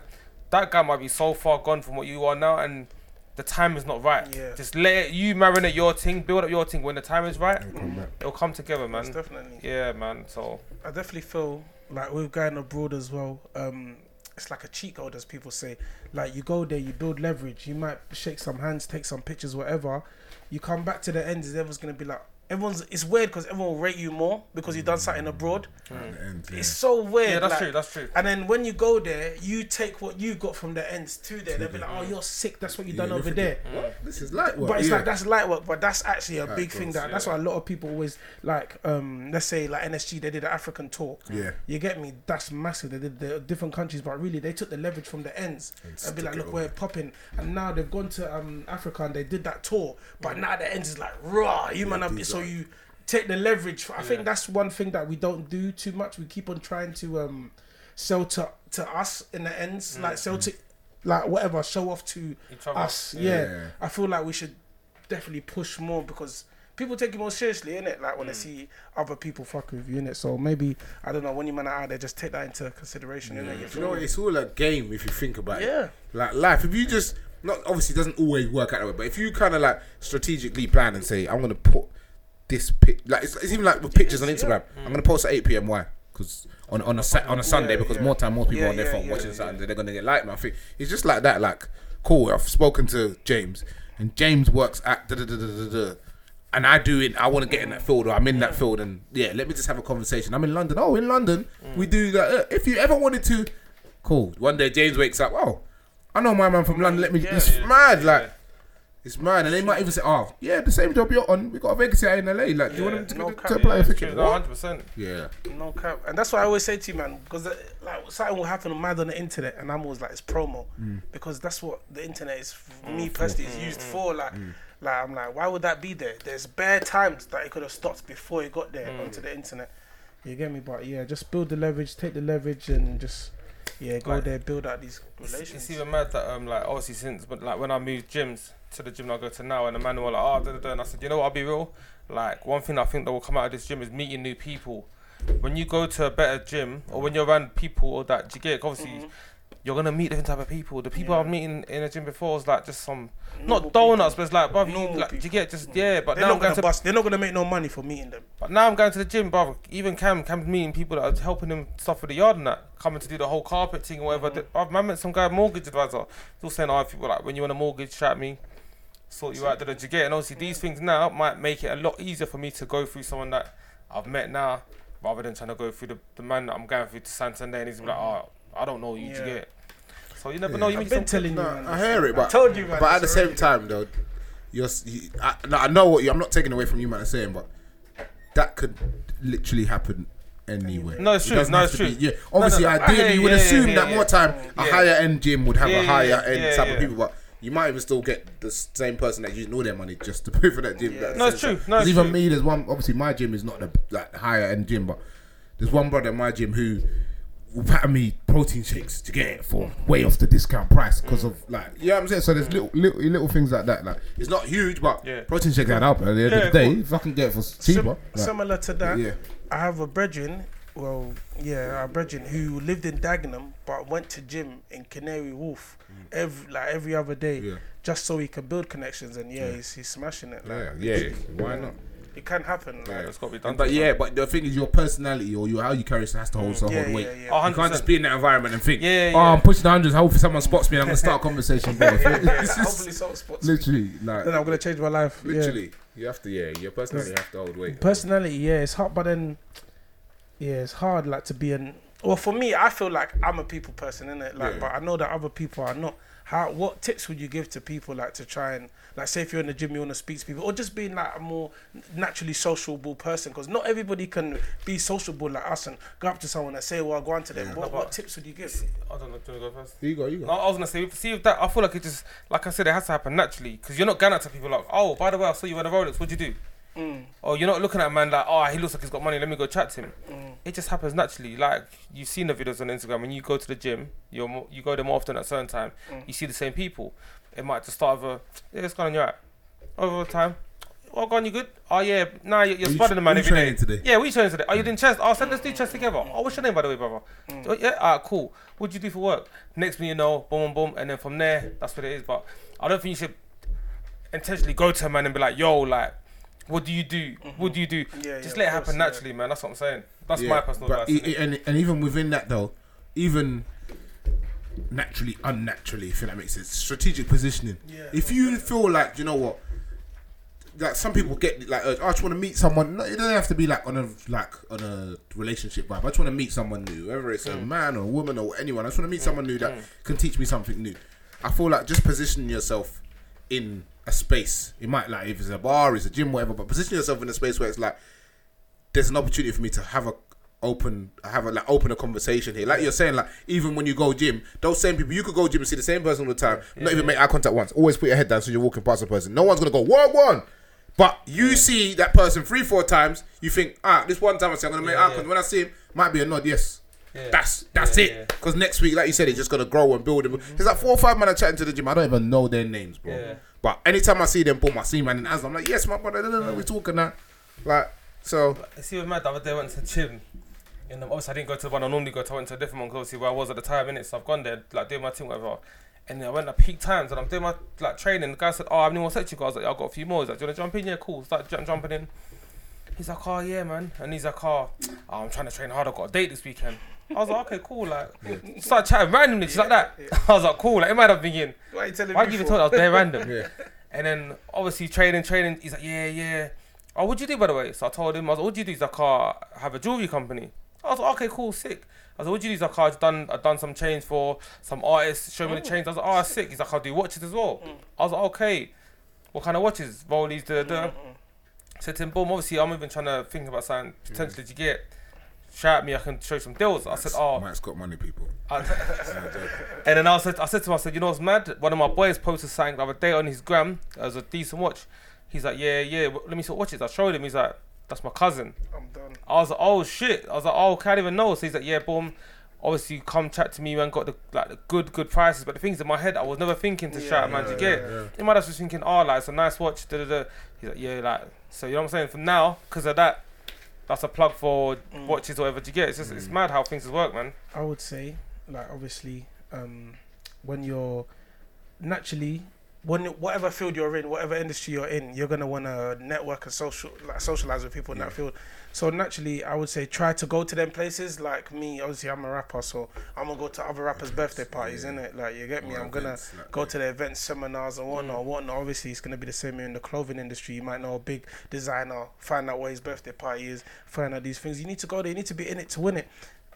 that guy might be so far gone from what you are now, and the time is not right. Yeah. Just let it, you marinate your thing, build up your thing. When the time is right, Come back. it'll come together, Most man. definitely. Yeah, man. So I definitely feel like with going abroad as well, um, it's like a cheat code, as people say. Like you go there, you build leverage. You might shake some hands, take some pictures, whatever. You come back to the end, is everyone's gonna be like, everyone's it's weird because everyone will rate you more because you've done something abroad. Oh, Mm. At the end, yeah. It's so weird. Yeah, that's like- true, that's true. And then when you go there, you take what you got from the ends to there. They'll be like, "Oh, you're sick. That's what you Yeah, done you over think there." Mm. What? This is light work. But it's yeah. like that's light work, but that's actually a big of thing. course, That that's why a lot of people always like, um, let's say like NSG, they did an African tour. Yeah. you get me. That's massive. They did the different countries, but really they took the leverage from the ends and, be stick like, it look, all we're popping. And now they've gone to um Africa and they did that tour, but now the ends is like raw. You man, up, so you take the leverage. I think that's one thing that we don't do too much. We keep on trying to um sell to to us in the ends, like sell to. Like whatever, show off to Mm. Each other. us, yeah. Yeah. I feel like we should definitely push more because people take it more seriously, innit? Like when they see other people fuck with you, innit? So maybe I don't know when you man are out there, just take that into consideration, innit? You You feel know, what, me? it's all a game if you think about Yeah. it. Like life, if you just not obviously it doesn't always work out that way, but if you kind of like strategically plan and say, I'm gonna put this pic, like it's, it's even like with pictures on is, Mm. Instagram, I'm gonna post at 8 p.m. Why? Because on on a sa- on a Sunday, because yeah. more time, more people Yeah, on their yeah, phone yeah, watching yeah. Sunday, they're gonna get like my thing. It's just like that. Like, cool. I've spoken to James, and James works at da da da da da. da and I do it. I want to get in that field, or I'm in that field, and yeah, let me just have a conversation. I'm in London. Oh, in London, we do that. Uh, If you ever wanted to, cool. One day James wakes up. Oh, I know my man from London. Let me. it's yeah, mad, like it's mad, and they might even say, "Oh, yeah, the same job you're on. We got a vacancy out in LA. Like, do you want Yeah. him to, No to, cap, to apply?" Yeah, I'm it's thinking, true, no, what? 100%. Yeah, No cap, and that's what I always say to you, man, because uh, like something will happen mad on the internet, and I'm always like it's promo, because that's what the internet is. f- Me personally, is used for like. Like I'm like, why would that be there? There's bare times that it could have stopped before it got there Mm. onto the internet. You get me? But yeah, just build the leverage, take the leverage, and just yeah, go Like- there, build out these It's- relations. It's even mad that um like obviously since but like when I moved gyms to the gym that I go to now and the man were like oh da, da, da, and I said you know what I'll be real like one thing I think that will come out of this gym is meeting new people. When you go to a better gym or when you're around people that you get obviously Mm-hmm. you're gonna meet different type of people. The people I'm meeting in the gym before was like just some Normal not donuts but it's like bruv Normal you like, do you people. Mm. get just yeah but They're now I'm going not gonna to bust. They're not gonna make no money for meeting them. but now I'm going to the gym, bruv. Even Cam, Cam's meeting people that are helping him stuff with the yard and that, coming to do the whole carpet thing or whatever. Mm-hmm. I've met some guy, mortgage advisor, still saying, oh, if you like, when you want a mortgage, shout at me, sort you out, da da da, you get. And obviously, these Mm-hmm. things now might make it a lot easier for me to go through someone that I've met now, rather than trying to go through the, the man that I'm going through to Santander and he's like, Mm-hmm. oh, I don't know you, do Yeah. you get. So you never know. You I've meet been some telling no, you. Man, I hear it, but told you, man, but at it's the same already- time, though, you're s- you, I, no, I know what you. I'm not taking away from you, man, saying, but that could literally happen. Anywhere. No, it's It true, doesn't no, have it's to be- true. yeah, obviously, no, I ideally, hear you would you, yeah, assume yeah, that yeah. more time a Yeah. higher end gym would have Yeah, a yeah, higher yeah, end yeah, type yeah. of people, but you might even still get the s- same person that using all their money just to pay for that gym. That No, it's sense. true, no, it's 'Cause even true. me, there's one. Obviously, my gym is not the like higher end gym, but there's one brother in my gym who will pattern me protein shakes to get it for way off the discount price because of like you know what I'm saying. So there's little little little things like that. Like it's not huge, but Yeah. protein shakes add up at the end Yeah, of the day. cool. If I can get it for cheaper, Sim- like, similar to that, Yeah. I have a brethren. Well, yeah, a brethren who lived in Dagenham but went to gym in Canary Wharf every like every other day, Mm. Yeah. just so he could build connections. And yeah, He's, he's smashing it. Like yeah, yeah, why not? it can happen. Like, It's got to be done. And- But yeah, but the thing is, your personality or your how you carry yourself has to hold so yeah, hold weight. yeah, yeah. Oh, You can't 100%. just be in that environment and think, Yeah, yeah, oh, yeah. I'm pushing the hundreds. I hope someone spots me and I'm gonna start a conversation. bro. yeah, It's like, just hopefully, soft spots. literally, Then I'm like, gonna change my life. yeah. literally, you have to, yeah, your personality have to hold weight. personality yeah it's hard but then yeah it's hard like to be an well for me i feel like i'm a people person in it like Yeah. but i know that other people are not how what tips would you give to people like to try and like say if you're in the gym you want to speak to people or just being like a more naturally sociable person because not everybody can be sociable like us and go up to someone and say well i'll go on to them what, what tips would you give I don't know. Do you want to go first? You go, you No, go. I was gonna say, see if that. I feel like it just, like I said, it has to happen naturally because you're not going out to people like, oh, by the way, I saw you wearing a Rolex. What'd you do? Or you're not looking at a man like, oh, he looks like he's got money. Let me go chat to him. It just happens naturally. Like you've seen the videos on Instagram when you go to the gym, you're more, you go there more often at a certain time. Mm. You see the same people. It might just start with, a, yeah, it's gone on your app. Over time. Oh, gone, you good? Oh, yeah. Nah, you're, you're Who you sparring the tra- man who you every training day. today? Yeah, we training today. Oh, you doing chest? Oh, so let's do chest together. Mm. Oh, what's your name, by the way, brother? Oh, yeah, ah, cool. What'd you do for work? Next thing you know, boom, boom, boom. And then from there, that's what it is. But I don't think you should intentionally go to a man and be like, yo, like, what do you do? What do you do? Mm-hmm. Yeah, Just yeah, let it of happen course, yeah. naturally, man. That's what I'm saying. That's Yeah, my personal but advice. e- e- and, and even within that though, even naturally, unnaturally, if that makes sense, strategic positioning. Yeah. If you feel like you know what, like some people get like uh, I just want to meet someone. No, it doesn't have to be like on a like on a relationship vibe. I just want to meet someone new, whether it's a Mm. man or a woman or anyone. I just want to meet someone new that can teach me something new. I feel like just positioning yourself in a space. It might like if it's a bar, it's a gym, whatever. But position yourself in a space where it's like there's an opportunity for me to have a open have a like open a conversation here. Like you're saying, like even when you go gym, those same people you could go gym and see the same person all the time, not even make eye contact once. Always put your head down so you're walking past a person. No one's gonna go, whoa, one. But you see that person three, four times, you think, ah, this one time I say I'm gonna make Yeah, eye yeah. contact. When I see him, might be a nod, yes. Yeah. That's that's Yeah, it. yeah. Because next week, like you said, it's just gonna grow and build. And build. There's like four or five man are chatting to the gym. I don't even know their names, bro. Yeah. But anytime I see them, boom, I see man in Asda. I'm like, yes, my brother, we're talking now. Like, so You see, it was mad the other day. I went to the gym, and um, obviously I didn't go to the one I normally go to. I went to a different one because obviously where I was at the time. Innit? So I've gone there, like doing my thing, whatever. And then I went at peak times, and I'm doing my like training. The guy said, "Oh, I haven't even set you guys. Like, I got a few more. He's like, "Do you want to jump in? Yeah, cool. Start jump, jumping in." He's like, "Oh yeah, man," and he's like, "Oh, oh, I'm trying to train hard. I got a date this weekend." I was like, "Okay, cool." Like, start chatting randomly, just like that. I was like, "Cool." Like, it might have been. Why are you telling Why me give you for? told I was there random? Yeah. And then obviously training, training. He's like, yeah, yeah. Oh, what'd you do by the way? So I told him, I was like, what'd you do? He's like, oh, I have a jewelry company. I was like, okay, cool, sick. I was like, what'd you do? He's like, oh, I've done, I've done some chains for some artists. Show me the chains. I was like, oh, sick. He's like, I'll do watches as well. I was like, okay. What kind of watches? Rollies, da da. da. Said to him, boom. Obviously, I'm even trying to think about something potentially to get. Shout at me, I can show you some deals. I said, oh, Mike's got money, people. and then I said, I said to him, I said, you know what's mad? One of my boys posted something the other day on his gram as a decent watch. He's like, yeah, yeah, w- let me see what watch it is. I showed him. He's like, that's my cousin. I'm done. I was like, oh shit. I was like, oh, okay, I didn't even know. So he's like, yeah, boom. Obviously, you come chat to me and got the like the good, good prices. But the things in my head, I was never thinking to Yeah, shout at man yeah, to get. In my head, I was just thinking, oh, like it's a nice watch. Da, da, da. He's like, yeah, like so. You know what I'm saying? From now, because of that, that's a plug for watches or whatever to get. It's just Mm. it's mad how things work, man. I would say, like, obviously, um, when you're naturally, when whatever field you're in, whatever industry you're in, you're gonna want to network and social, like, socialize with people in that field. So naturally, I would say try to go to them places. Like me, obviously, I'm a rapper, so I'm gonna go to other rappers' birthday parties, innit? Like, you get me? Or I'm gonna events, like, go to the events, seminars, and whatnot, whatnot. Obviously, it's gonna be the same in the clothing industry. You might know a big designer, find out where his birthday party is, find out these things. You need to go there. You need to be in it to win it.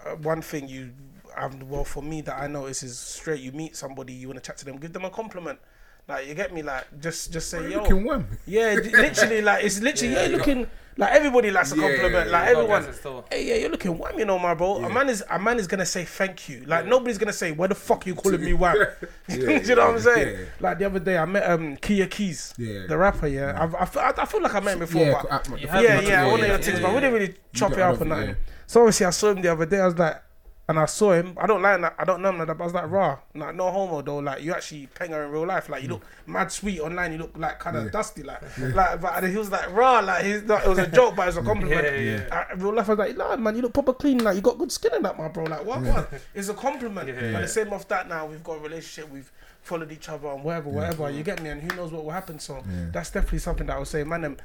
Uh, one thing you, um, well, for me that I notice is straight. You meet somebody, you wanna chat to them, give them a compliment. Like you get me, like just just say yo. Looking wham. Yeah, d- literally, like it's literally Yeah, yeah, you looking like everybody likes a Yeah, compliment. yeah, like yeah. everyone, Guys, it's still- hey, yeah, you're looking wham, you know, my bro. A man is a man is gonna say thank you. Like nobody's gonna say, where the fuck you calling me wham? Yeah, Do you know yeah, what I'm saying? yeah. Like the other day, I met um Kia Keys, Yeah. the rapper. Yeah, I've, I, feel, I, I feel like I met him before, Yeah, but at- the You first have- match- yeah, yeah, yeah, one of yeah, your yeah, things, yeah, but we didn't really chop got it up another- or nothing. yeah. So obviously, I saw him the other day. I was like, and I saw him. I don't like that. I don't know him like that, but I was like, rah, like no homo though. Like you actually penga in real life. Like you look mad sweet online. You look like kind of dusty. Like, like, but and he was like, rah, like he's not, it was a joke, but it was a compliment. Yeah, yeah, Uh, in real life, I was like, nah, man, you look proper clean. Like you got good skin in that, my bro. Like what, what? It's a compliment. Yeah, But yeah. the same off that now, we've got a relationship. We've followed each other and whatever, whatever. You get me? And who knows what will happen? So that's definitely something that I would say, man. Them,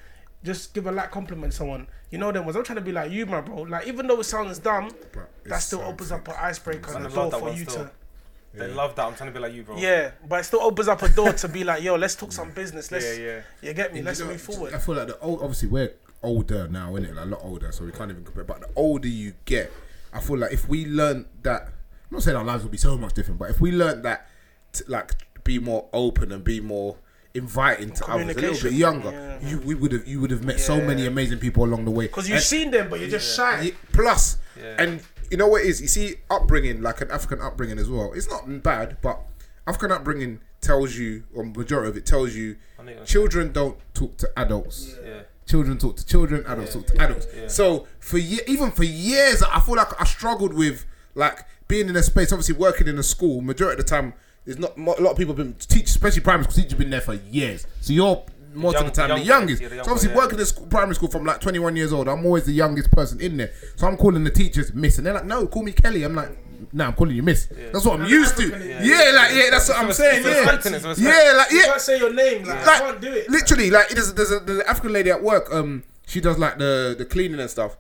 just give a light compliment to someone. You know them ones. I'm trying to be like you, my bro. Like even though it sounds dumb, But that it's still so opens up an sick. icebreaker and I a love door that for one you still. to. They love that. I'm trying to be like you, bro. Yeah, but it still opens up a door to be like, yo, let's talk some business. Let's, yeah, yeah. you get me? You Let's know, move I forward. feel like the old, obviously we're older now, innit? Like a lot older, so we can't even compare. But the older you get, I feel like if we learn that, I'm not saying our lives will be so much different, but if we learn that, to, like be more open and be more inviting to others, a little bit Communication, younger, yeah. you we would have you would have met so many Yeah. amazing people along the way. Because you've And- seen them, but you're just shy. Y- Plus, Yeah. and you know what it is? You see, upbringing, like an African upbringing as well, it's not bad, but African upbringing tells you, or majority of it tells you, I know what you're children don't talk to adults. Yeah. Children talk to children, adults talk to adults. So for ye- even for years, I feel like I struggled with like being in a space. Obviously, working in a school, majority of the time, there's not mo- a lot of people been teach, especially primary school teachers been there for years. So you're most Young- of the time young- the youngest. yeah, the so obviously, younger, yeah. working in school, primary school from like 21 years old, I'm always the youngest person in there. So I'm calling the teachers Miss, and they're like, "No, call me Kelly." I'm like, "No, I'm calling you Miss." That's what I'm used to. Yeah, like yeah, that's what I'm It's saying. respect, Yeah, innit? It's respect. yeah, like You yeah can't say your name. Like, I like can't do it. literally like there's, there's, a, there's an African lady at work. Um, she does like the the cleaning and stuff.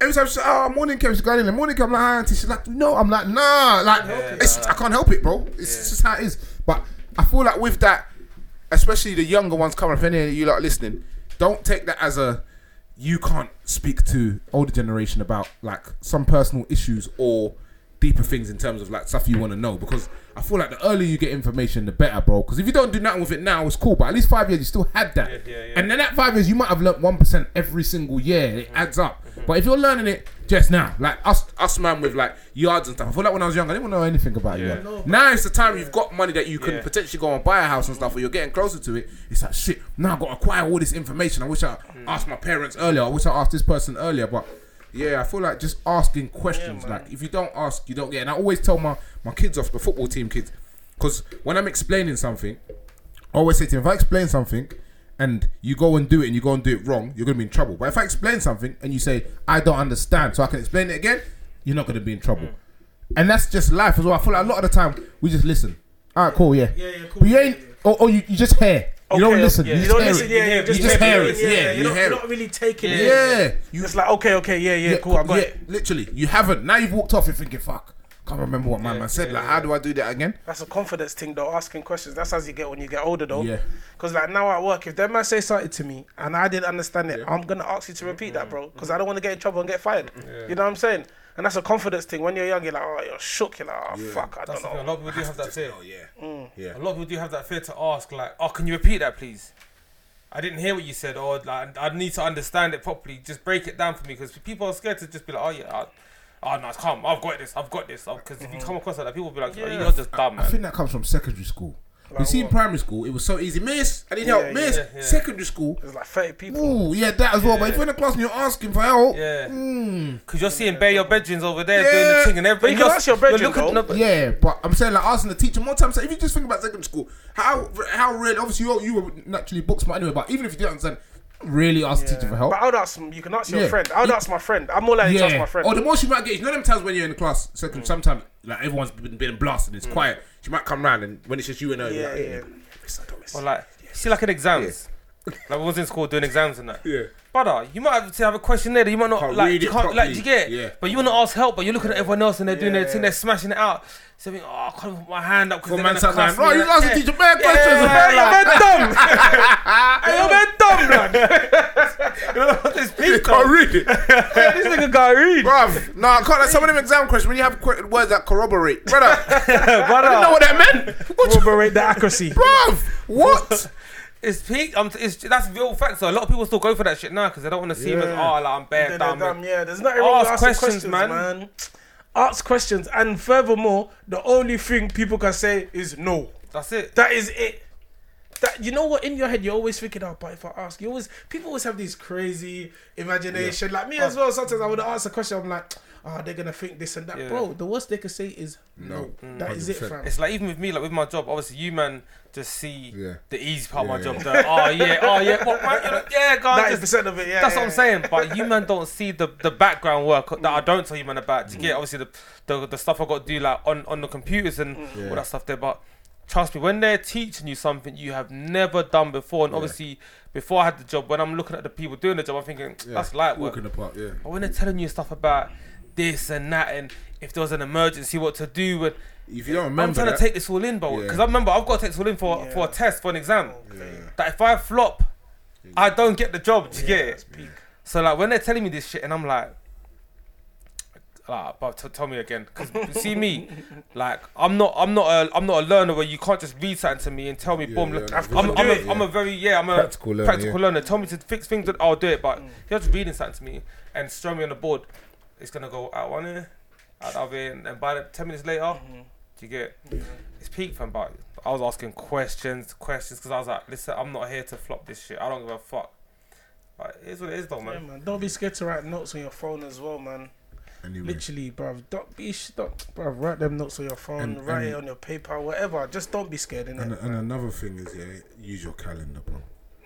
Every time she's like, oh, morning Kev, she's going in the morning Kev, I'm like, hi, auntie. She's like, no, I'm like, nah, like, it's, I can't help it, bro. It's just how it is. But I feel like with that, especially the younger ones coming up, if any of you like listening, don't take that as a you can't speak to older generation about like some personal issues or deeper things in terms of like stuff you want to know because I feel like the earlier you get information the better bro because if you don't do nothing with it now it's cool but at least five years you still had that yeah, yeah. and then that five years you might have learnt 1% every single year Mm-hmm. it adds up but if you're learning it just now like us us man with like yards and stuff I feel like when I was young I didn't know anything about Yeah. yard now it's the time you've got money that you can Yeah. potentially go and buy a house and stuff, or you're getting closer to it. It's like shit. Now I've got to acquire all this information. I wish I Mm. asked my parents earlier. I wish I asked this person earlier. But yeah, I feel like just asking questions. man. like if you don't ask, you don't get. And I always tell my my kids off the football team kids, because when I'm explaining something, I always say to them, if I explain something. And you go and do it, and you go and do it wrong, you're gonna be in trouble. But if I explain something and you say I don't understand, so I can explain it again, you're not gonna be in trouble. Hmm. And that's just life as well. I feel like a lot of the time we just listen. All right, cool, yeah. Yeah, yeah, cool. But you ain't, or, or you, you just hear. You don't Okay, listen. yeah. You, You just don't hear listen. it. Yeah, yeah. You just hear it. Yeah, you You're not- hear you're it. not really taking it. Yeah. You, It's like okay, okay, yeah, yeah, cool. I got yeah, it. Literally, you haven't. Now you've walked off. You're thinking, fuck. Can't remember what my man said. like, how do I do that again? That's a confidence thing though, asking questions. That's as you get when you get older though. Yeah. Because like now at work, if that man say something to me and I didn't understand it, I'm gonna ask you to repeat that, bro. Because I don't want to get in trouble and get fired. You know what I'm saying? And that's a confidence thing. When you're young, you're like, oh, you're shook. You're like, oh, fuck, I That's don't the thing. A know. lot of people do have that fear. "Oh, yeah. Mm. A lot of people do have that fear to ask, like, "Oh, can you repeat that, please? I didn't hear what you said, or like, I need to understand it properly. Just break it down for me, because people are scared to just be like, "Oh yeah, I, oh no, come, I've got this, I've got this." Because if you come across like that, people will be like, oh, "You're just dumb, I man." think that comes from secondary school. we see in primary school, it was so easy. Miss, I need help. yeah, Miss, yeah, yeah. secondary school. There's like 30 people. Ooh, yeah, that as well. But if you're in the class and you're asking for help, Yeah. mm, Because you're seeing bare your bedrooms over there Yeah. doing the thing, and everybody you can else- ask your you're bedroom, looking- though. no, but- Yeah, but I'm saying like asking the teacher more times. Like, if you just think about secondary school, how how really obviously you you were naturally book smart anyway. But even if you didn't understand, really ask the teacher for help. But I would ask. You can ask your Yeah. friend. I would You- ask my friend. I'm more likely to ask my Yeah. friend. Mm. Or the most you might get, is, you know, them times when you're in the class, second, sometimes like everyone's been, been blasted, it's quiet. She might come round and when it's just you and her, yeah, yeah, yeah. yeah. Or like, see, like in exams. Like, when I was in school doing exams and that. Yeah. Brother, you might have to have a question there that you might not Can't like. read You it can't like. properly. do You get. Yeah. But you want to ask help, but you're looking at everyone else and they're doing their Yeah. thing. They're smashing it out. So I think, oh, I can't put my hand up because One they're man gonna sat down, cuss me," right, you like, asked the yeah. teacher bad questions. Yeah, You're like, mad dumb. Hey, you're mad dumb, lad. this You piece can't read it. This nigga got read. Bruv, no, I can't. Like, some of them exam questions, when you have qu- words that corroborate, brother, I didn't know brother. what that meant. What you- Corroborate the accuracy. bruv, what? It's peak. Um, it's that's real fact. So a lot of people still go for that shit now because they don't want to seem as oh, like, I'm bare They're dumb. dumb, yeah. There's nothing wrong with Ask asking questions, man. questions, man. Ask questions, and furthermore, the only thing people can say is no. That's it. That is it. That you know what in your head you're always thinking, oh, but if I ask, you always people always have these crazy imagination. Like me Oh. as well. Sometimes I would ask a question, I'm like, oh, they're gonna think this and that, Yeah. Mm. bro. The worst they can say is no. That is it, 100%. fam. It's like even with me, like with my job, obviously you man just see Yeah. the easy part of my Yeah, job. the, oh yeah, oh yeah, what man? You're like, yeah, guys. Ninety percent of it, yeah. that's yeah, Mm. what I'm saying. But you man don't see the, the background work that I don't tell you man about to Mm. get obviously the, the the stuff I got to do like on, on the computers and Mm. all that stuff there. But trust me, when they're teaching you something you have never done before, and obviously before I had the job, when I'm looking at the people doing the job, I'm thinking that's light work. Walking apart, yeah. But when they're telling you stuff about this and that, and if there was an emergency, what to do, and If you don't remember, I'm trying that- to take this all in, bro. Because Yeah. Oh, I remember I've got to take this all in for Yeah. for a test for an exam. That if I flop, I don't get the job. Do you get it? So like when they're telling me this shit, and I'm like, ah, but t- tell me again. 'Cause you see me, like I'm not I'm not a I'm not a learner where you can't just read something to me and tell me boom. yeah, look, no, I'm, we I'm, can a, do it. I'm a very yeah I'm a Practical learner, practical learner. Tell me to fix things, that I'll do it. But if you're just reading something to me and throw me on the board, it's gonna go out one ear, out the other ear, and, and by the, ten minutes later, Mm-hmm. do you get? It? It's peak fam, but I was asking questions, questions, because I was like, listen, I'm not here to flop this shit. I don't give a fuck. Like, it is what it is, though, Yeah, man. man. Don't be scared to write notes on your phone as well, man. Anyway. Literally, bruv. Don't be, sh- don't, bruv. Write them notes on your phone, And- write and- it on your paper, whatever. Just don't be scared, And, innit? and another thing is, yeah, use your calendar, bro.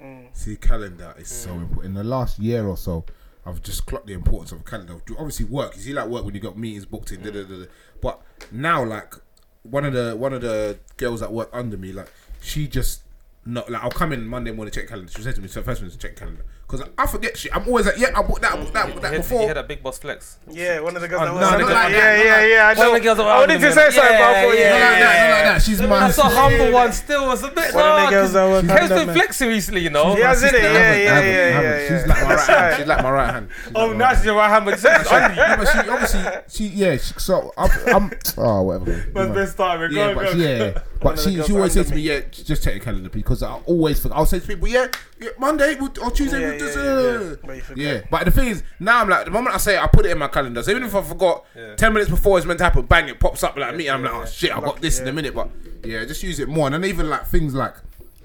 Mm. See, calendar is so important. In the last year or so, I've just clocked the importance of calendar. Do- Obviously, work. You see, like work when you got meetings booked in. Da, da, da, da. But now, like one of the one of the girls that work under me, like she just not like I'll come in Monday morning check calendar. She said to me, "So first one is check calendar," 'Cause because I forget shit. I'm always like, yeah, I bought that, I bought that, I bought You that hear, before. you hear that big boss flex? Yeah, one of the girls that no, was. no, on the not girl- like yeah, that, not yeah, like yeah. I One of know. the girls that were I wanted to under say them. something, but I Yeah, thought, Not like yeah, that, not like that. She's my. That's a sister. humble one still. It's a bit One of the nah, girls that were cause under Kev's been them. flexing recently, you know. Yeah, I said I it. Yeah, haven't, I yeah, haven't, I yeah, haven't. yeah. She's like my right hand. She's like my right hand. She's Oh, like my nice, your right hand, but it's under you. Yeah, but she obviously she yeah she, so I'm, I'm oh whatever. That's been starting. Go, Yeah, go. but yeah, but of the she girls she always says under to me, yeah, j- just check the calendar because I always forget. I'll say to people, yeah, yeah Monday we'll, or Tuesday Yeah, we'll just. yeah, yeah, yeah. uh, But you forget. yeah. but the thing is, now I'm like the moment I say it, I put it in my calendar. So even if I forgot Yeah. ten minutes before it's meant to happen, bang, it pops up like me. and I'm yeah, like, oh yeah. shit, I got Lucky, this in yeah. a minute. But yeah, just use it more. And then even like things like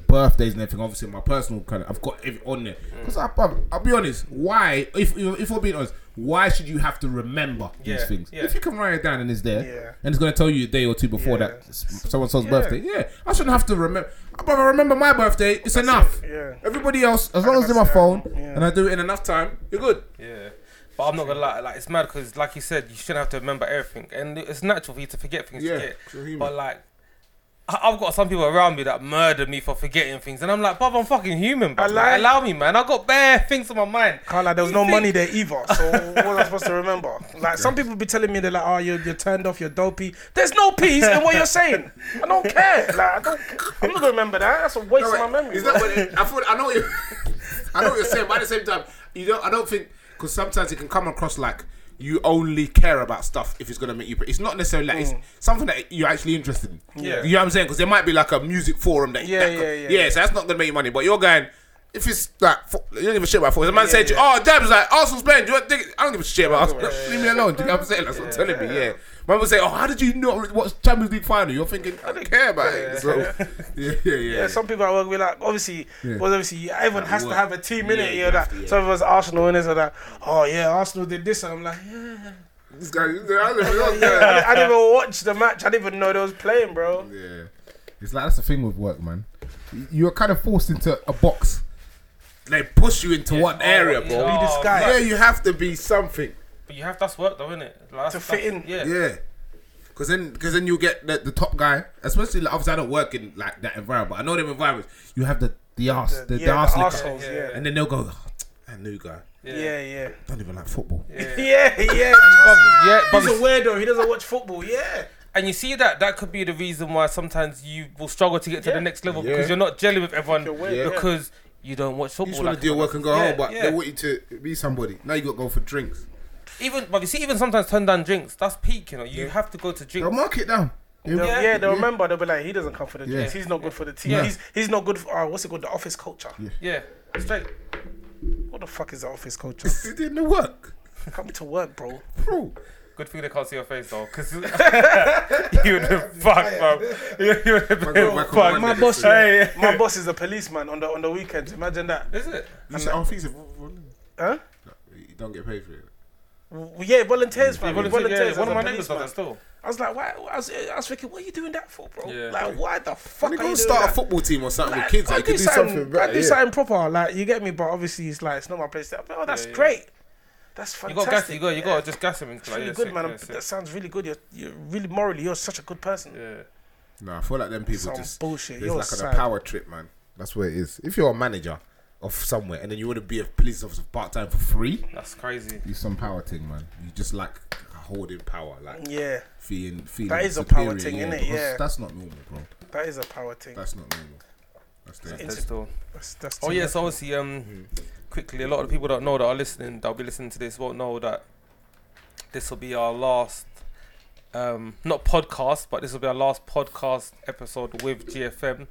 birthdays and everything. Obviously, my personal calendar, I've got it on there. Because I'll, I'll be honest, why? If if I'm being honest, why should you have to remember Yeah, these things? yeah. If you can write it down and it's there, Yeah. and it's gonna tell you a day or two before Yeah. that so and so's birthday. Yeah, I shouldn't have to remember. But I remember my birthday. It's enough. it, yeah. Everybody else, as long as it's in my That's it. phone Yeah. and I do it in enough time, you're good. Yeah. But I'm not gonna lie, like it's mad because, like you said, you shouldn't have to remember everything, and it's natural for you to forget things. Yeah, Yeah, 'cause you're human. but like, I- I've got some people around me that murder me for forgetting things, and I'm like, Bob, I'm fucking human. But lie. like, allow me, man. I got bare things on my mind. Carla, there was You no think- money there either. So what was I supposed to remember? Like some people be telling me they're like, oh, you're, you're turned off, you're dopey. There's no peace in what you're saying. I don't care. Like I don't. I'm not gonna remember that. That's a waste No, of wait, my memory. Is that bro. what it, I feel? I know. What you, I know what you're saying, but at the same time, you don't. I don't think because sometimes it can come across like you only care about stuff if it's gonna make you. pre- It's not necessarily like Mm. it's something that you're actually interested in. Yeah. you know what I'm saying? Because there might be like a music forum that. Yeah, that could- yeah, yeah, yeah. So that's not gonna make you money, but you're going. If it's like fo- you don't give a shit about football. The man Yeah, said, to you, yeah. "Oh, Dad was like Arsenal's playing." Do you want to think- I don't give a shit about Arsenal. Leave me alone. Do you know what I'm saying? That's what I'm telling me. Yeah. Man would say, "Oh, how did you not watch Champions League final?" You're thinking, "I don't care about it." So, yeah, yeah, yeah. Yeah, some people I work with, like obviously, Yeah. well, obviously, everyone has work. to have a team Yeah, in it. you You know have that. to, yeah. Some of us Arsenal winners are like, oh yeah, Arsenal did this, and I'm like, yeah. This guy, I don't I, know. didn't- I didn't even watch the match. I didn't even know they was playing, bro. yeah. It's like that's the thing with work, man. You're kind of forced into a box. They push you into one area, bro. Be this guy. Yeah, you have to be something. But you have that's work though, isn't it? Like, that's, To fit that's- in. Yeah. Yeah. Cause then, cause then you get the, the top guy, especially like, obviously I don't work in like that environment. I know them environments. You have the the ass, the, the, yeah, the arse licker. arseholes, Yeah, yeah. and then they'll go, "Oh, that new guy Yeah, yeah, don't even like football. yeah, yeah. Bob, yeah, Bob, He's a weirdo. He doesn't watch football. Yeah. and you see that that could be the reason why sometimes you will struggle to get to Yeah. the next level Yeah. because you're not jelly with everyone You're weird, yeah. because you don't watch football. You just want to like do your work and go Yeah, home, but yeah. they want you to be somebody. Now you got to go for drinks. Even but you see, even sometimes turn down drinks. That's peak, you know. You have to go to They'll drink. mark it down. They'll, yeah, Yeah. they'll remember. They'll be like, he doesn't come for the Yeah. drinks. He's not good for the team. Yeah. He's he's not good for uh, what's it called? The office culture. Yeah, straight. What the fuck is the office culture? It didn't work, come to work, bro. bro. Good thing they can't see your face though, because you would have fucked, bro. You would have God, my been God, fucked. my My boss, Hey, my boss is a policeman on the on the weekends. Imagine that. is it? You said, "Oh, things have- Huh? you don't get paid for it." W- Yeah, volunteers, man. Volunteer, volunteers. yeah, one of my as a neighbors does policeman. that still. I was like, why? I was, I was thinking, what are you doing that for, bro? Yeah. Like, why the fuck They are go you start doing a football team or something that? with kids. I Like, you could do do something I better. do yeah. something proper, like you get me. But obviously, it's like it's not my place. Like, oh, that's yeah. great. That's You got fantastic. gas. You got. You Yeah. got to just gas him into It's like. really yeah, good, sick, man. yeah, sick. That sounds really good. You're, you're really morally, you're such a good person. Yeah. Nah, I feel like them people Some just bullshit. It's You're like sad. on a power trip, man. That's what it is. If you're a manager of somewhere and then you want to be a police officer part time for free, That's crazy. You some power thing, man. You just like holding power, like Yeah, feeling feeling. That is a power superior, thing, yeah, innit? because Yeah. that's not normal, bro. that is a power thing. That's not normal. That's the That's Into- still. That's, that's Oh too yes, obviously. Mm-hmm. Um, quickly, a lot of people don't know that are listening. That'll be listening to this. Won't know that this will be our last, um, not podcast, but this will be our last podcast episode with GFM.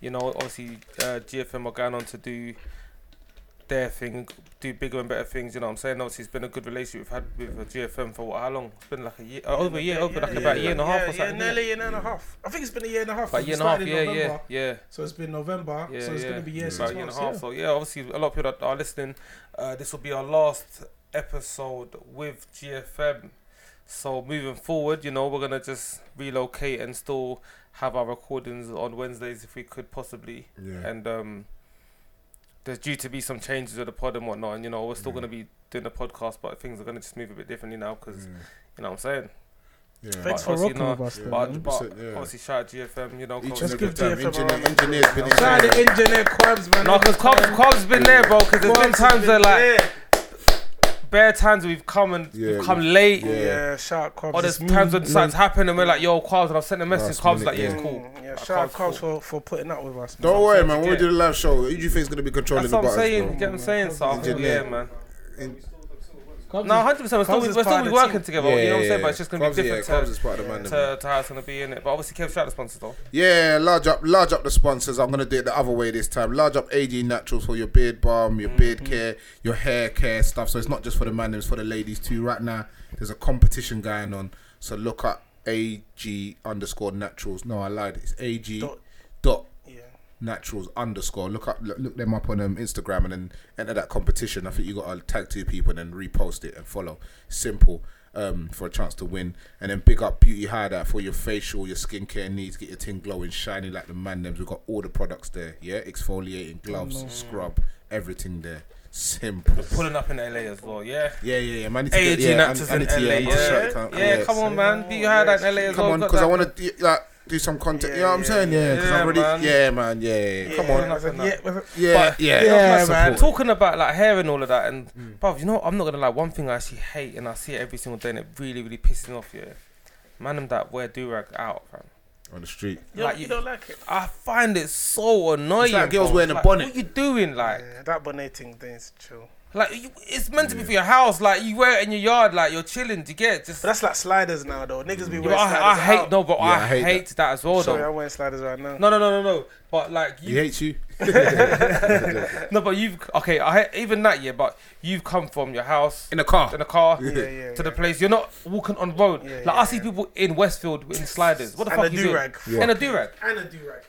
You know, obviously, uh, GFM are going on to do their thing, do bigger and better things. You know what I'm saying? Obviously, it's been a good relationship we've had with GFM for what? How long? It's been like a year, uh, over a year, over like about a year and a half yeah, or something. Yeah, Yeah, nearly a year and a half. I think it's been a year and a half. About a We year and a half. started Yeah, in yeah, November, yeah. So it's been November. Yeah, so it's yeah. going to be Yeah. year About six a year and a months. half. yeah. So yeah, obviously a lot of people that are listening, uh, this will be our last episode with GFM. So moving forward, you know, we're gonna just relocate and still have our recordings on Wednesdays if we could possibly. yeah. And um, there's due to be some changes with the pod and whatnot. And you Mm-hmm. know, we're still gonna be doing the podcast, but things are gonna just move a bit differently now because you know what I'm saying. Thanks for obviously, rocking no, with us, though, But, man. but Listen, Mm. yeah. obviously, shout out GFM. You know, Each Cobb's and been- every give time. GFM a Engineer, round. engineer's been Shout out insane. to engineer Quabs, man. no, because Cobb's, Cobb's been there, bro. Because there's been Quabs times has that been like there. bare times we've come and Yeah, we've come late. yeah. Yeah, shout out Quabs. Or Oh, there's It's times when something's happened and we're like, yo, Cobbs, and I've sent a message. Last Cobb's minute, like, yeah, yeah. it's cool. Mm, Yeah, Like, shout out Cobb's Cobbs for, for putting up with us. man. Don't worry, man. When we Yeah. do the live show, who do you think is going to be controlling That's what the I'm bus? saying. bro? You get what I'm saying? So, I think, Engineer. yeah, man. Cubs No, is- 100%. We're still, Cobbs we're is still part be of the working team. together. you know what I'm saying? But it's just going to be Clubs, different Yeah, Clubs to, is part of the man. them. to, to how it's going to be in it. But obviously, Kev, shout out the sponsors, though. Yeah, large up, large up the sponsors. I'm gonna do it the other way this time. Large up AG Naturals for your beard balm, your Mm-hmm. beard care, your hair care stuff. So it's not just for the man, it's for the ladies too. Right now, there's a competition going on. So look up AG underscore Naturals. No, I lied. It's AG Dot. dot Yeah. naturals underscore look up look, look them up on um, instagram and then enter that competition i think you gotta tag two people and then repost it and follow simple um, for a chance to win and then big up beauty hideout for your facial your skincare needs get your tin glowing shiny like the man thems. we've got all the products there yeah exfoliating gloves scrub everything there simple Pulling up in LA as well, yeah. yeah yeah yeah man I need to AG get- yeah, I- Natchez I in need LA, to- yeah, I need to shout yeah. it out. Yeah, Yes. come on, man. Be you had that in LA as Come well. on, got because I that- want to like do some content. Yeah, you know what I'm yeah, saying? Yeah, because yeah, I've already. man. Yeah, man. Yeah, come on. Yeah, I said, yeah, but- Yeah, But- yeah, Yeah, that's my man. support. Talking about like hair and all of that, and bruv, you know, what? I'm not gonna lie. One thing I actually hate, and I see it every single day, and it really, really pisses me off. Yeah, man, them that wear do rag out, man. on the street. You, Like you you- don't like it. I find it so annoying. It's like girls bro. wearing a Like, bonnet. What you doing? Like, Yeah, that bonneting thing is chill. like you, it's meant to be for your house. Like you wear it in your yard. Like you're chilling. Do you get it? just? But that's like sliders now, though. Niggas be You know, wearing sliders. I, I hate out. no, but Yeah, I, I hate, hate that. as well, Sorry, though. I'm wearing sliders right now. No, no, no, no, no. But like He you, hates you. no, but you've okay. I hate, even that yeah, but you've come from your house In a car. in a car. Yeah, yeah. to the place. You're not walking on road. Yeah, like yeah, I see people in Westfield in sliders. What the And fuck a you doing? do-rag. And a do rag. And a do rag.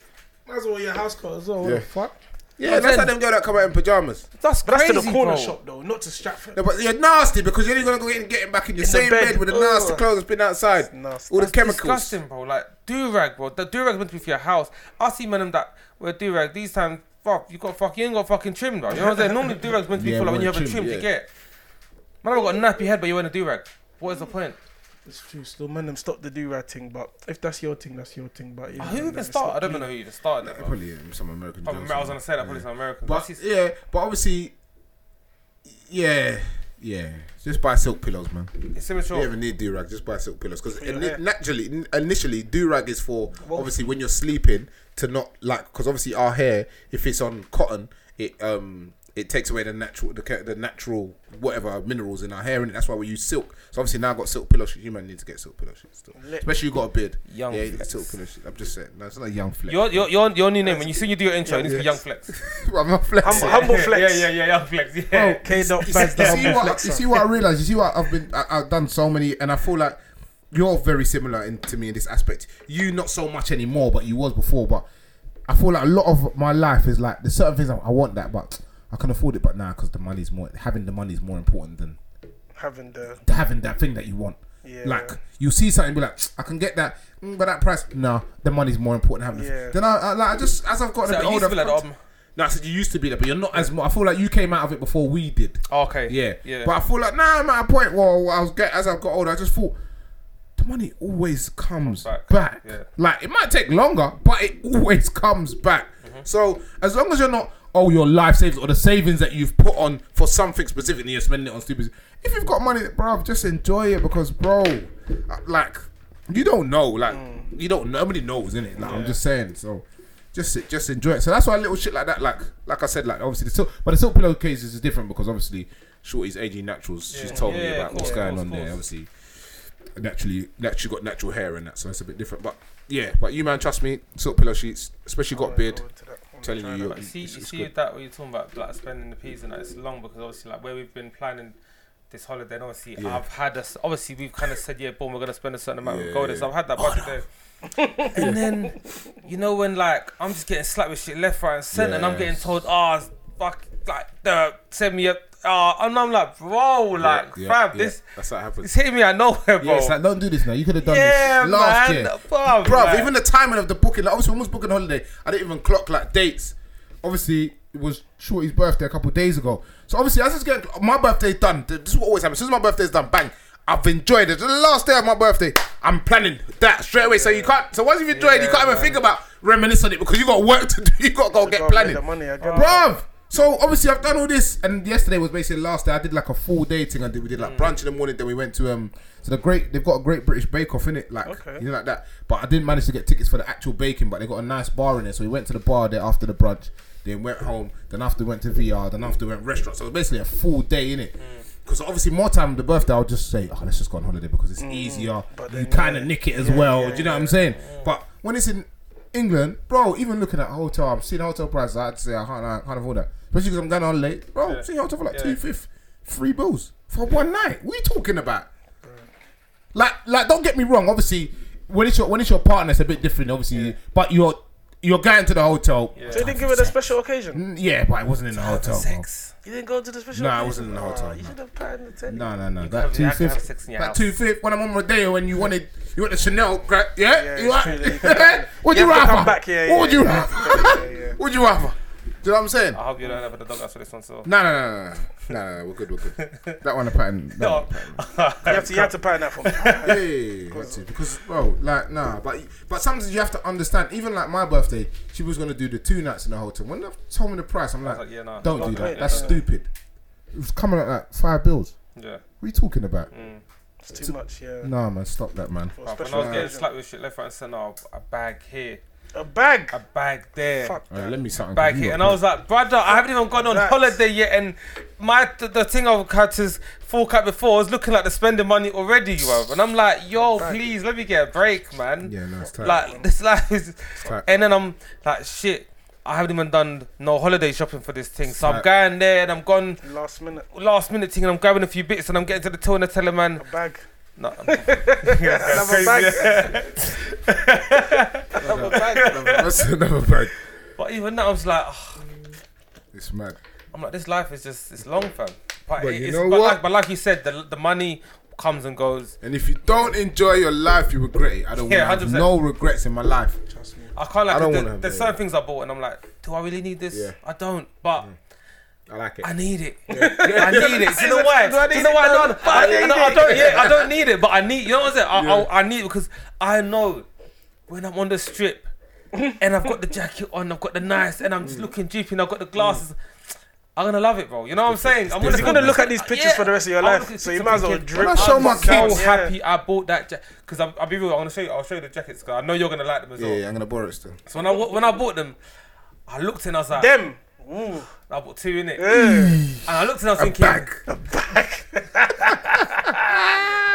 Might as well your house coat as well. Yeah. What the fuck? Yeah, that's then- how them girls that come out in pajamas. That's But crazy, that's to the corner bro. shop though, not to Stratford. No, but you're nasty because you're only gonna go in and get him back in your In the same bed. bed. with the Ugh. nasty clothes that's been outside. nasty. All the That's chemicals. disgusting, bro. Like do rag, bro. The do rag's meant to be for your house. I see men them that wear do rag. These times, fuck, you got fuck, you ain't got fucking trim, bro. You know what I'm saying? Normally do rag's meant to be Yeah, for like when you more have a trim, trim, you yeah. get. Man, I've got a nappy head, but you're wearing a do rag. What is the point? It's true. Still, man, them stop the do rag thing. But if that's your thing, that's your thing. But yeah, Who even started? I don't even know who even started that. Bro. Probably um, some American. I was girls. gonna say that probably some American. But yeah, but obviously, yeah, yeah. Just buy silk pillows, man. it's You immature. don't even need do rag. Just buy silk pillows because your hair. naturally, in- initially, do rag is for obviously when you're sleeping to not like because obviously our hair, if it's on cotton, it um it takes away the natural the, ca- the natural whatever minerals in our hair, and that's why we use silk. So obviously now I've got silk pillow sheets. You man need to get silk pillow sheets still, Lit. especially you got a beard. Young yeah, you get flex. silk pillow sheets. I'm just saying, no, it's not a young flex. Your, your, your, your new name when you soon you do your intro, it needs to be Young Flex. I'm not flexing. Humble, humble flex. yeah, yeah, yeah, Young Flex. Yeah. K dot You see, Faz, the you see humble what, flexer. you see what I realized. You see what I've been. I, I've done so many, and I feel like you're very similar in, to me in this aspect. You not so much anymore, but you was before. But I feel like a lot of my life is like there's certain things I, I want that, but I can afford it. But now because the money's more, having the money's more important than Having the having that thing that you want. Yeah. Like you see something, be like, I can get that, mm, but that price, no, the money's more important. Having Yeah. yeah. then I, I like I just as I've gotten So a bit I used older. to be like, I've- um, no, I said you used to be that, but you're not as. mu- I feel like you came out of it before we did. okay. Yeah. Yeah. But I feel like now I'm at a point where I was get as I got older, I just thought the money always comes back. back. Yeah. Like it might take longer, but it always comes back. Mm-hmm. So as long as you're not oh your life savings or the savings that you've put on for something specific and you're spending it on stupid if you've got money, bro, just enjoy it because bro, uh, like you don't know, like Mm. you don't nobody knows, innit? Like I'm just saying, so just just enjoy it. So that's why little shit like that, like like I said, like obviously the silk, but the silk pillow cases is different because obviously Shorty's AG Naturals. She's Yeah. told Yeah, me of about what's course, going of on there. course. Obviously, naturally, naturally got natural hair and that, so it's a bit different. But yeah, but you man, trust me, silk pillow sheets, especially got beard. Telling you, you Like, see, you it's- it's see good. that what you're talking about, like spending the peas and that. It's long because obviously, like where we've been planning this holiday, and obviously Yeah. I've had us. Obviously, we've kind of said, yeah, boom, we're gonna spend a certain amount of Yeah, gold. So I've had that budget there. and then, you know, when like I'm just getting slapped with shit left, right, and centre, and I'm Yes. getting told, ah, oh, fuck, like, uh, send me a, ah, and I'm like, bro, like, Yeah, yeah, fam, yeah. this, That's how it happens. it's hitting me out of nowhere, bro. Yeah, it's like don't do this now. You could have done Yeah, this last man. year. Bruv, Bruv, like- even the timing of the booking, like obviously when we was booking holiday, I didn't even clock like dates. Obviously, it was Shorty's birthday a couple of days ago. So obviously, as it's getting my birthday's done, th- this is what always happens. As soon as my birthday's done, bang, I've enjoyed it. The last day of my birthday, I'm planning that straight away. So you can't. So once you've enjoyed, you Yeah, can't even man. think about reminiscing it because you got work to do. You got to go get Gotta make planning. the money, I get it. Bruv. So obviously I've done all this, and yesterday was basically the last day. I did like a full day thing. I did we did like brunch in the morning, then we went to um. So the great they've got a great British Bake Off in it, like Okay. you know like that. But I didn't manage to get tickets for the actual baking, but they got a nice bar in there. So we went to the bar there after the brunch, then went home, then after went to VR, then after went restaurant. So it was basically a full day in it. Because obviously more time the birthday, I'll just say, oh, let's just go on holiday because it's easier. But you then, kind of yeah. nick it as Yeah, well. yeah, do you know what I'm saying? But when it's in England, bro, even looking at hotel, I'm seeing hotel prices. I'd say I can't, I can't afford that, especially because I'm going on late, bro. Yeah. See hotel for like Yeah. two fifth, three bills for one night. What are you talking about? Like, like, don't get me wrong. Obviously, when it's your when it's your partner, it's a bit different. Obviously, but you're you're going to the hotel. Yeah. So you didn't give it a special occasion? Mm, Yeah, but I wasn't in the hotel. bro. You didn't go to the special No, I occasion? wasn't in the Aw, hotel, You no. should have planned the tent. No, no, no. You That can two have- you can have fifth. sex in your That house. two fifth. When I'm on Rodeo, when you wanted, you want the Chanel. Gra- yeah, Yeah, you it's right. true that you can have it. Would You you have to rather? come back, yeah, what yeah, would you yeah. rather? Yeah, yeah. would you rather? Do you know what I'm saying? I hope you don't have the dog out for this one, so. No, no, no, no, no, no, no. We're good. We're good. That one a pattern. That one a pattern. You have to, you have to plan that for me. Yeah, yeah, yeah, had to, because bro, like nah, but but sometimes you have to understand. Even like my birthday, she was gonna do the two nights in the hotel. When they told me the price, I'm like, like, yeah, nah. don't do Okay, that. yeah, That's yeah. stupid. It was coming at like five bills. Yeah. What are you talking about? It's too much, yeah. Nah, man, stop that, man. For a But when special I was getting occasion. slapped with shit left, right, and centre, a bag here, A bag. a bag there. Fuck. All right, let me something. back you here, lot and I was like, brother, I haven't even gone on That's- holiday yet, and my the, the thing I've had to fork out before is looking like they're spending money already, bro. And I'm like, yo, please let me get a break, man. Yeah, no, it's tight. Like this life is, tight. and then I'm like, shit, I haven't even done no holiday shopping for this thing, so I'm tight. going there and I'm gone Last minute. last minute thing, and I'm grabbing a few bits, and I'm getting to the till and I tell the man, A bag. no, I'm- Another bag. Another bag. That's another bag. but even that, I was like, "Ugh." It's mad. I'm like, this life is just it's long, fam. But, But it- you it's, know but what? Like, but like you said, the the money comes and goes. And if you don't enjoy your life, you regret it. I don't Yeah, want to have 100%. no regrets in my life. Trust me. I can't like. I don't there- wanna have there's that, certain yeah. things I bought, and I'm like, do I really need this? Yeah. Mm. I don't, but I like it. I need it. I need it. Do you know why? Do I Do you need know why? it? I No, don't. but I I, need no, I it. don't. Yeah, I don't need it, but I need. You know what I'm saying? I, I, I need it because I know when I'm on the strip and I've got the jacket on, I've got the nice, and Mm. I'm just looking deep, and I've got the glasses. I'm gonna love it, bro. You know what I'm saying? I'm Because you're gonna look at these Yeah, pictures for the rest of your I'll life, look at so these you might as pictures well and drip. When I show I'm my so kids- happy I bought that jacket because I'll, I'll be real. I'm gonna show you. I'll show you the jackets. 'cause I know you're gonna like them as Yeah, well. yeah, I'm gonna borrow it still. So when I wa- when I bought them, I looked and I was like, Them. Ooh. I bought two in it, Yeah. and I looked and I was thinking, Bag.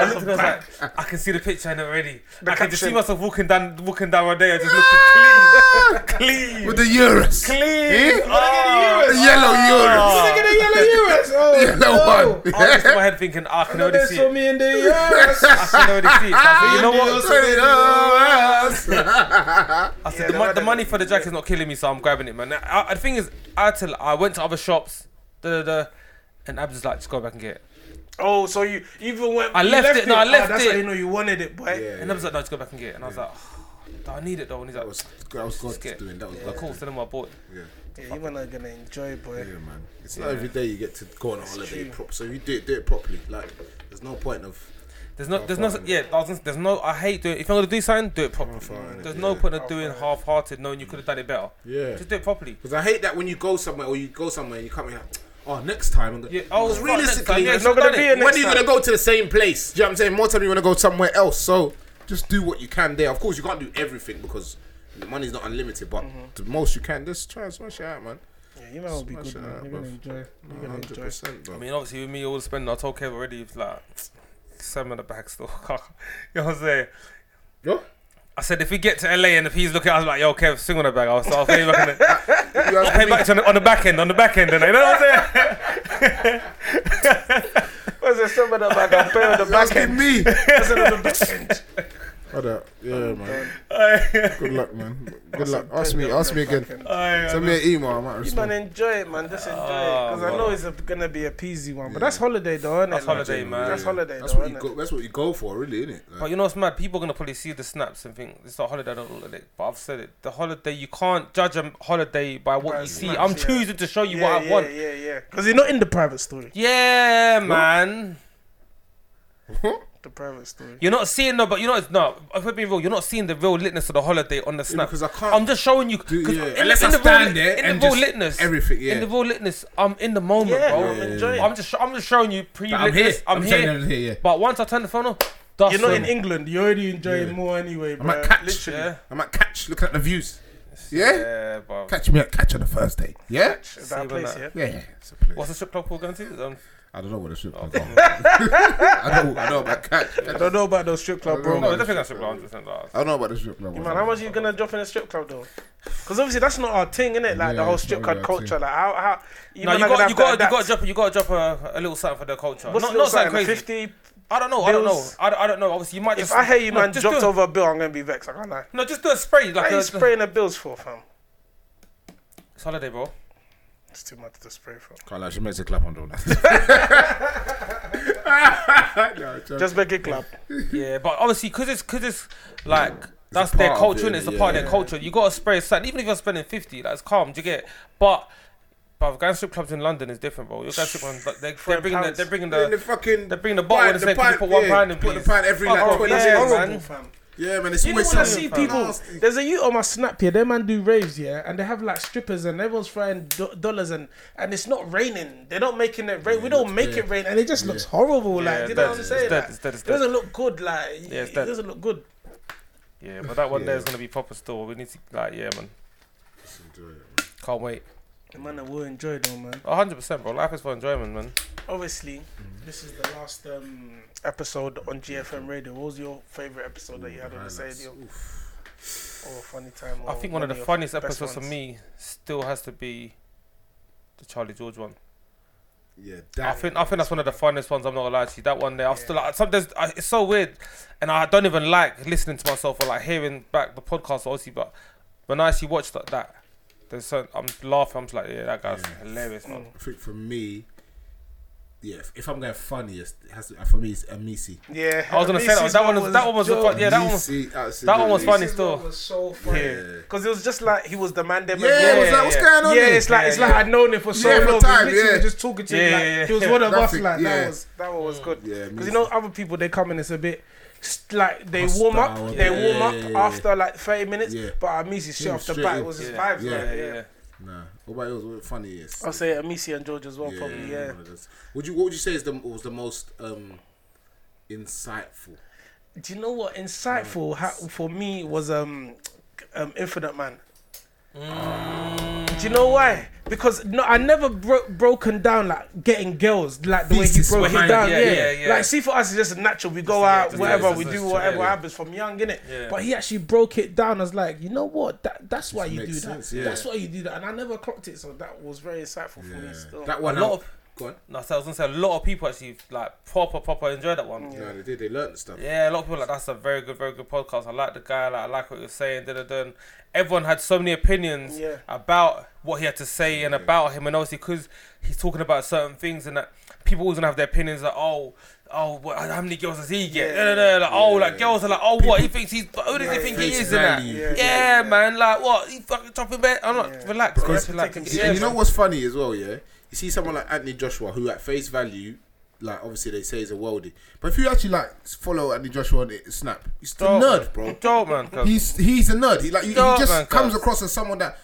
I looked and I was like, I can see the picture in it already. I can just see caption. myself walking down walking down Rodeo just looking clean, clean, With the Urus. clean. Eh? Oh, The yellow Urus. Look at the Yellow one. I was just in my head thinking, "Ah, I can already see it. me in the I can already see it. So I said, you know what? I said, the, no, mon- no, the no, money for the jacket's not killing me, so I'm grabbing it, man. I, I, the thing is, I had to, I went to other shops, da da da, and Abs was like, just go back and get it. Oh, so you even went. I you left it, no, I Oh, left That's it. how you know you wanted it, boy. Yeah. And Abs was like, no, just go back and get it. And I was like, oh, do I need it though? And he's like, That was that was God's get it. doing. That was of God's course, then I bought it. Yeah, you were not gonna enjoy, boy. doing, man. It's not every day you get to go on a holiday prop. So you do it, do it properly. Like there's no point of. There's no, there's far, no, innit? yeah, I was gonna- there's no. I hate doing. If I'm gonna do something, do it properly. innit? There's no Yeah. point of doing half-hearted, knowing you could have done it better. Yeah. Just do it properly. Because I hate that when you go somewhere or you go somewhere and you come in like, oh next time. I'm gonna, Yeah, oh, 'Cause fuck, next time, realistically, yeah, It's not gonna done it. be a when are next you gonna time. go to the same place? Do you know what I'm saying? More time you wanna go somewhere else. So just do what you can there. Of course you can't do everything because the money's not unlimited, but the most you can, just try and smash it out, man. Yeah, you might well be Smash good, it out, man. You're gonna bruv. enjoy. You're gonna enjoy. 100%, bro. I mean, obviously, with me all spending, I told Kev already, it's like, send me the bag still. you know what I'm saying? Yo? I said, if we get to LA and if he's looking, I was like, yo, Kev, swing on the bag. I was like, I'll pay you back, on the, You asking pay me? back to you on the, on the back end, on the back end. And you know what I'm saying? Was there somebody that like a pair on the You back asking end? me? Was it on the back end? Hold up. Yeah, man. Good luck, man. Good luck. Ask me. Ask me again. Aye, Send me an email. I might You man respond. enjoy it, man. Just enjoy it, because I man. know it's a, gonna be a peasy one. But that's holiday, though, isn't Oh, That's it? holiday, man. That's holiday, That's though, what you innit? go. That's what you go for, really, isn't it? But you know what's mad? People are gonna probably see the snaps and think it's not holiday. I don't look at it. But I've said it. The holiday you can't judge a holiday by what By you see. snaps, I'm yeah. choosing to show you yeah, what I yeah, want. Yeah, yeah, Because you're not in the private story. Yeah, man. the private story. You're not seeing no, but you know it's not. If we're being real, you're not seeing the real litness of the holiday on the snap. because I can't I'm just showing you. do- 'cause yeah. in the- Unless in I the real stand lit- there in the and real just litness, everything, yeah. In the real litness, I'm in the moment, Yeah, bro. I'm enjoying. I'm just, I'm just showing you pre. I'm here. I'm, I'm here. saying I'm here, yeah. But once I turn the phone off, that's You're not when- in England. You're already enjoying more anyway, bro. I'm at catch. Literally. Yeah, I might catch looking at the views. Yeah? yeah, bro. Catch me at catch on a Thursday. Yeah? Is See that when place, that- yeah? Yeah, yeah, it's a place. What's the strip club called going to? Um, I don't know what a strip club is. I know, I know about catch. I catch. don't know about those strip club, I don't bro. no, know. I don't think that's strip club. 100% that. I don't know about the strip club. Man, how much are you gonna drop in a strip club though? Because obviously that's not our thing, innit? Like Yeah, the whole it's strip not club really our culture. Like how how you No, man you are gonna got, have you got, to you got to adapt. drop, you got to drop a, a little something for the culture. What's not, the not little something sign? crazy. Fifty. I don't know. I don't know. bills? I don't, I don't know. Obviously, you might If just. I hear you, no, man, just dropped do it. over a bill, I'm gonna be vexed. I can't lie. No, just do a spray. Like What are you a, spraying the bills for, fam? It's holiday, bro. It's too much to spray for. Can't lie, she makes a clap on doing that. Just make it clap. Yeah, but obviously, because it's because it's like that's their part of culture, it, and it's a yeah. part of their culture. You gotta spray something, even if you're spending fifty. That's calm. Do you get? But. But going to strip clubs in London is different, bro. You're going to strip clubs, but they're, they're bringing the, pounds. they're bringing Then the the fucking they're bringing the bottle and saying, "Can you put one yeah, pound in, Put the please?" pound every Fuck like off, 20 yeah, oh. cents. man. fam. Yeah, man, it's You know always when I something see fam. people, nasty. there's a youth on my snap here. Their man do raves, yeah, and they have like strippers and everyone's throwing do- dollars and and it's not raining. They're not making it rain. we don't make it rain, and it just looks horrible. Yeah, like, do you dead. know what I'm It's saying? dead, Like, it's dead, it's it doesn't look good. Like, Yeah, it's it dead. doesn't look good. yeah. But that one there is going to be proper store. We need to like yeah, man. Can't wait. The man that will enjoy though, man. hundred percent, bro. Life is for enjoyment, man. Obviously, this is the last um, episode on GFM Radio. What was your favorite episode that you had on this radio? Or funny time? Or I think one of the your funniest best episodes for ones? me still has to be the Charlie George one. Yeah, I damn. think I think that's one of the funniest ones. I'm not gonna lie to you. That one there, I'm still like, sometimes I, it's so weird, and I don't even like listening to myself or like hearing back the podcast, obviously. But when I actually watched that, that there's certain, I'm laughing. I'm just like, yeah, that guy's hilarious, man. I think for me, yeah, if- if I'm going funniest, it has to, for me it's Amisi. Yeah, I was gonna say that one. Reese's That one was that one was the fun, yeah that one. Was, Amisi, that one absolutely. was funny Reese's still. one was so funny Yeah. because it was just like he was the man. Them Yeah, it was Yeah, like, what's yeah. going yeah, on? here? it's like it's Yeah, like I'd known him for so Yeah, for long. we time, literally yeah. were just talking to him. Yeah, Like, yeah, He was yeah. one of us. Nothing, Like that yeah. Mm. was that one was good. Yeah, Because you know other people they come in it's a bit st- like they warm up, Hostile, they yeah, warm up yeah, yeah. after like thirty minutes. Yeah. But Amisi shit Yeah, off the straight bat in. was his Yeah, vibes. yeah, Yeah, Yeah, like, yeah. yeah. Nah, what about yours? What funny is? I'll say Amisi and George as well, probably. Yeah. one of those. Would you what would you say is the was the most um insightful? Do you know what Mm. insightful ha- for me was um, um Infinite Man. Do you know why? Because no, I never bro- broken down like getting girls like the Thesis way he broke it behind down. it, Yeah, yeah, yeah, yeah. like see for us it's just natural. We go yeah, out, just- whatever yeah, we just- do, just- whatever yeah. happens from young, innit? Yeah. But he actually broke it down as like, you know what? That that's why you do makes that. sense, yeah. That's why you do that. And I never clocked it, so that was very insightful for me. Still. That one A lot out- of- go on. No, so I was gonna say a lot of people actually like proper proper enjoy that one. No, they did. They learned stuff. Yeah, a lot of people like that's a very good, very good podcast. I like the guy. Like, I like what he was saying. Da, da, da. And Everyone had so many opinions Yeah. about what he had to say and about him, and obviously because he's talking about certain things, and that people always gonna have their opinions. Like, oh, oh, what, how many girls does he get? Da, da, da, like, oh, like girls are like, oh, what he thinks he's, who does he think he Face is? And that, value. yeah, Yeah, yeah, man, like what he fucking chopping bed. I'm not Yeah. relax. Because- relax. And and you know man. what's funny as well, yeah? You see someone like Anthony Joshua, who at face value, like obviously they say he's a worldie, but if you actually like follow Anthony Joshua on it, snap, he's still a nerd, bro. Dope, man. 'cause- He's he's a nerd. He like he, he Dog, just man, comes cuz. across as someone that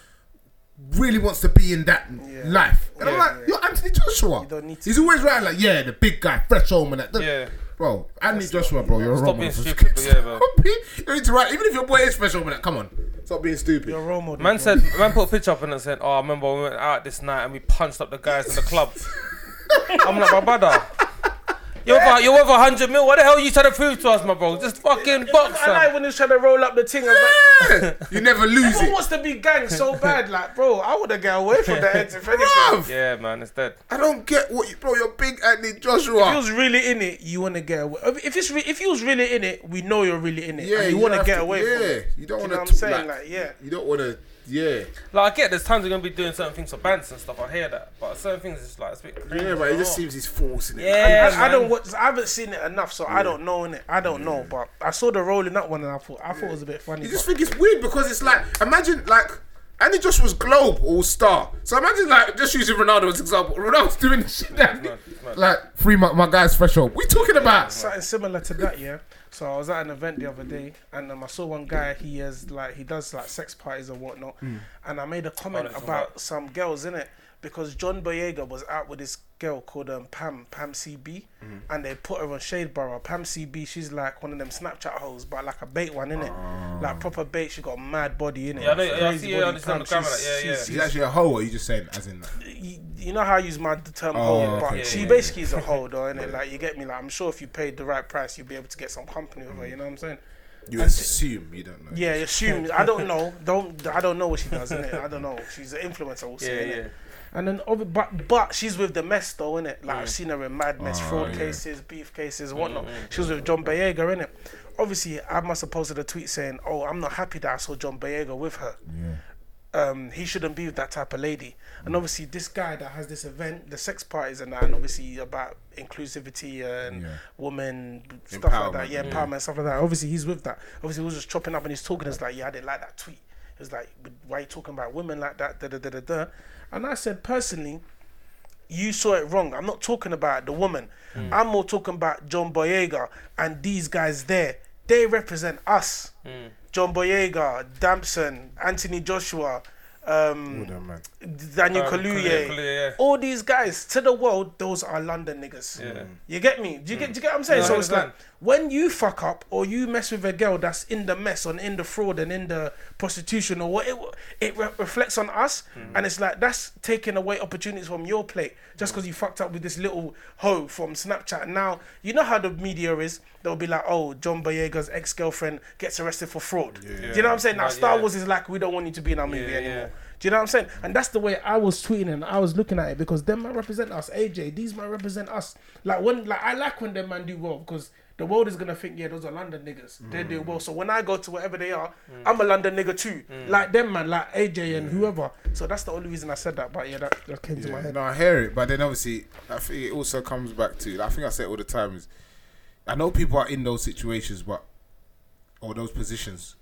really wants to be in that life. And I'm Yeah, like, you're Anthony Joshua. don't need to- he's always right, like, yeah, the big guy, fresh home and that. Yeah. Bro, Anthony Joshua, bro, you're a Stop wrong. being man. stupid, but yeah, bro. Stop being- you need to write, even if your boy is fresh home and that. Come on, stop being stupid. Your role model. Man said, man put a picture up and it said, "Oh, I remember we went out this night and we punched up the guys in the club." I'm like, my brother, you're worth, you're worth 100 mil. What the hell are you trying to prove to us, my bro? Just fucking box, I like fam. when he was trying to roll up the thing. I was like, you never lose Everyone it, wants to be gang so bad, like, bro, I would have got away from that head if anything. bruv. Yeah, man, it's dead. I don't get what you, bro. You're big Anthony If you Joshua. was really in it, you want to get away. If it's re- if you was really in it, we know you're really in it. Yeah, and you, want have to get away Yeah, from it. you don't You want know to. what I'm saying? Like, yeah. you don't want to. Yeah, Like, I get there's times you're gonna be doing certain things for bands and stuff. I hear that, but certain things is like it's a bit. Oh. Crazy. yeah, but it just seems he's forcing it. Yeah, I, I don't man. watch. I haven't seen it enough, so I don't know in it. I don't know, but I saw the rolling up one, and I thought I thought it was a bit funny. You just but- think it's weird because it's like imagine like And he just was globe all star. So imagine like just using Ronaldo as example. Ronaldo's doing this shit that Like free my, my guy's threshold. we talking about. something similar to that, yeah. So I was at an event the other day, and um, I saw one guy. He is like he does like sex parties and whatnot, Hmm. and I made a comment it's all about some girls in it because John Boyega was out with this girl called um, Pam Pam CB, Hmm. and they put her on Shade Barrow. Pam CB, she's like one of them Snapchat hoes, but like a bait one in it, Ah. like proper bait. She got a mad body in it. Yeah, I know- yeah, I see her on this on the camera, yeah, yeah. She's actually a hoe. Or are you just saying as in? you, you know how I use my the term yeah, hold, but okay, she Oh, yeah, yeah. basically is a hold, though, innit? Like you get me. Like I'm sure if you paid the right price, you'd be able to get some company with her. You know what I'm saying? You assume you don't know. Yeah, assume. I don't know. Don't I don't know what she does in it. I don't know. She's an influencer, we'll Yeah, say. yeah. innit? And then, other, but but she's with the mess though, innit? Like Mm. I've seen her in Mad Ah, Mess, fraud cases, beef cases, whatnot. She mm. was with John Boyega, innit? Obviously, I must have posted a tweet saying, "Oh, I'm not happy that I saw John Boyega with her." um, he shouldn't be with that type of lady. And obviously, this guy that has this event, the sex parties and that, and obviously about inclusivity and Yeah. women stuff like that, Empowerment, yeah, empowerment and stuff like that. Obviously, he's with that. Obviously, he was just chopping up and he's talking. It's like, yeah, I didn't like that tweet. It was like, "But why you talking about women like that? Da da da da da. And I said, personally, you saw it wrong. I'm not talking about the woman. I'm more talking about John Boyega and these guys there. They represent us. John Boyega, Damson, Anthony Joshua, um, No, man. Daniel Um, Kaluuya, Kaluuya, Kaluuya, yeah. all these guys to the world, those are London niggas. Yeah. You get me? Do you Mm. get? Do you get what I'm saying? No, I so it's like understand. when you fuck up or you mess with a girl that's in the mess and in the fraud and in the prostitution or what, it it re- reflects on us, Mm. and it's like that's taking away opportunities from your plate Mm. just because you fucked up with this little hoe from Snapchat. Now you know how the media is. They'll be like, oh, John Boyega's ex girlfriend gets arrested for fraud. Do you know what I'm saying? Now Right, Star yeah. Wars is like, we don't want you to be in our movie Yeah, anymore. yeah. Do you know what I'm saying? And that's the way I was tweeting and I was looking at it because them man represent us. AJ, these man represent us. Like when, like I like when them man do well because the world is gonna think, yeah, those are London niggas. They're doing well. So when I go to wherever they are, I'm a London nigga too. Like them man, like AJ and whoever. So that's the only reason I said that. But yeah, that, that came to my Yeah, head. no, I hear it, but then obviously, I think it also comes back to. I think I say it all the time is, I know people are in those situations, but or those positions,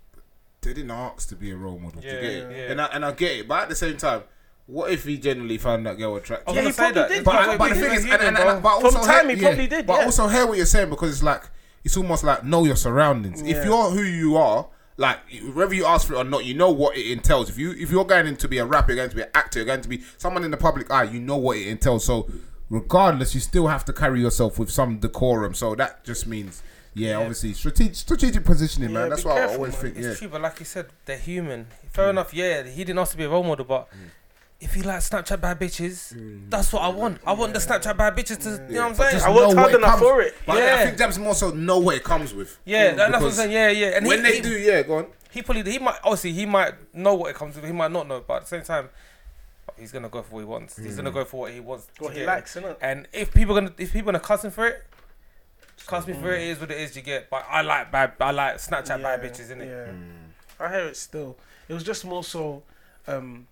they didn't ask to be a role model. Do you Yeah, get it? yeah. And I and I get it, but at the same time, what if he generally found that girl attractive? Yeah, he probably did. But, He but the probably thing did. is, and, and, and, but From also time, hear- he probably did, But yeah. also hear what you're saying because it's like it's almost like know your surroundings. If Yeah. you're who you are, like whether you ask for it or not, you know what it entails. If you if you're going in to be a rapper, you're going to be an actor, you're going to be someone in the public eye. You know what it entails. So regardless, you still have to carry yourself with some decorum. So that just means. Yeah, obviously strategic, strategic positioning, man. Yeah, That's be what I careful, always man. think. It's Yeah, true, but like you said, they're human. Fair enough, yeah, he didn't ask to be a role model, but Mm. if he likes Snapchat bad bitches, that's what I want. I want the Snapchat bad bitches to, you know what I'm saying? Just I I- worked know hard what it enough comes- for it. But I Yeah. think Debs more so know what it comes with. yeah, that- that's what I'm Because saying. Yeah, yeah. And When he, they he- do, yeah, go on. he probably he might obviously he might know what it comes with. He might not know, but at the same time, he's gonna go for what he wants. He's Mm. gonna go for what he wants. to What he get. likes, innit? And if people gonna if people gonna cuss him for it, cuss me for Mm. it. It is what it is. You get. But I like bad. I like Snapchat bad bitches. In it. Yeah. Mm. I hear it still. It was just more so um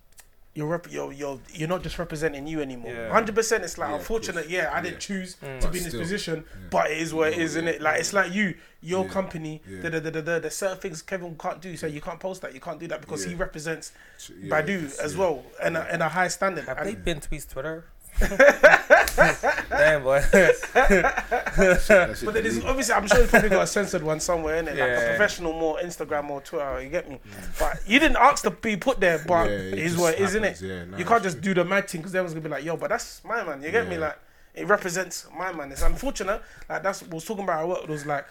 you're rep- you're, you're you're not just representing you anymore. Yeah. Mm. Hundred percent it's like Yeah, of unfortunate, yeah, I didn't choose to But be in this still, position, but it is what it is, isn't it? Like it's like you, your company, yeah. da da da da da there's certain things Kevin can't do, so you can't post that, you can't do that because he Yeah. represents Yeah, Badu as well and a, and a high standard. Have And- they been to his Twitter? Damn boy. But then it's obviously, I'm sure you probably got a censored one somewhere in it, like a Yeah. professional, more Instagram or Twitter. You get me? But you didn't ask to be put there, but Yeah, it it is just what it is, happens, innit? yeah, no, you can't it's just do the mad thing because everyone's gonna be like, "Yo," but that's my man. You get me? Yeah. Like it represents my man. It's unfortunate. Like that's what I was talking about. at work, It was like.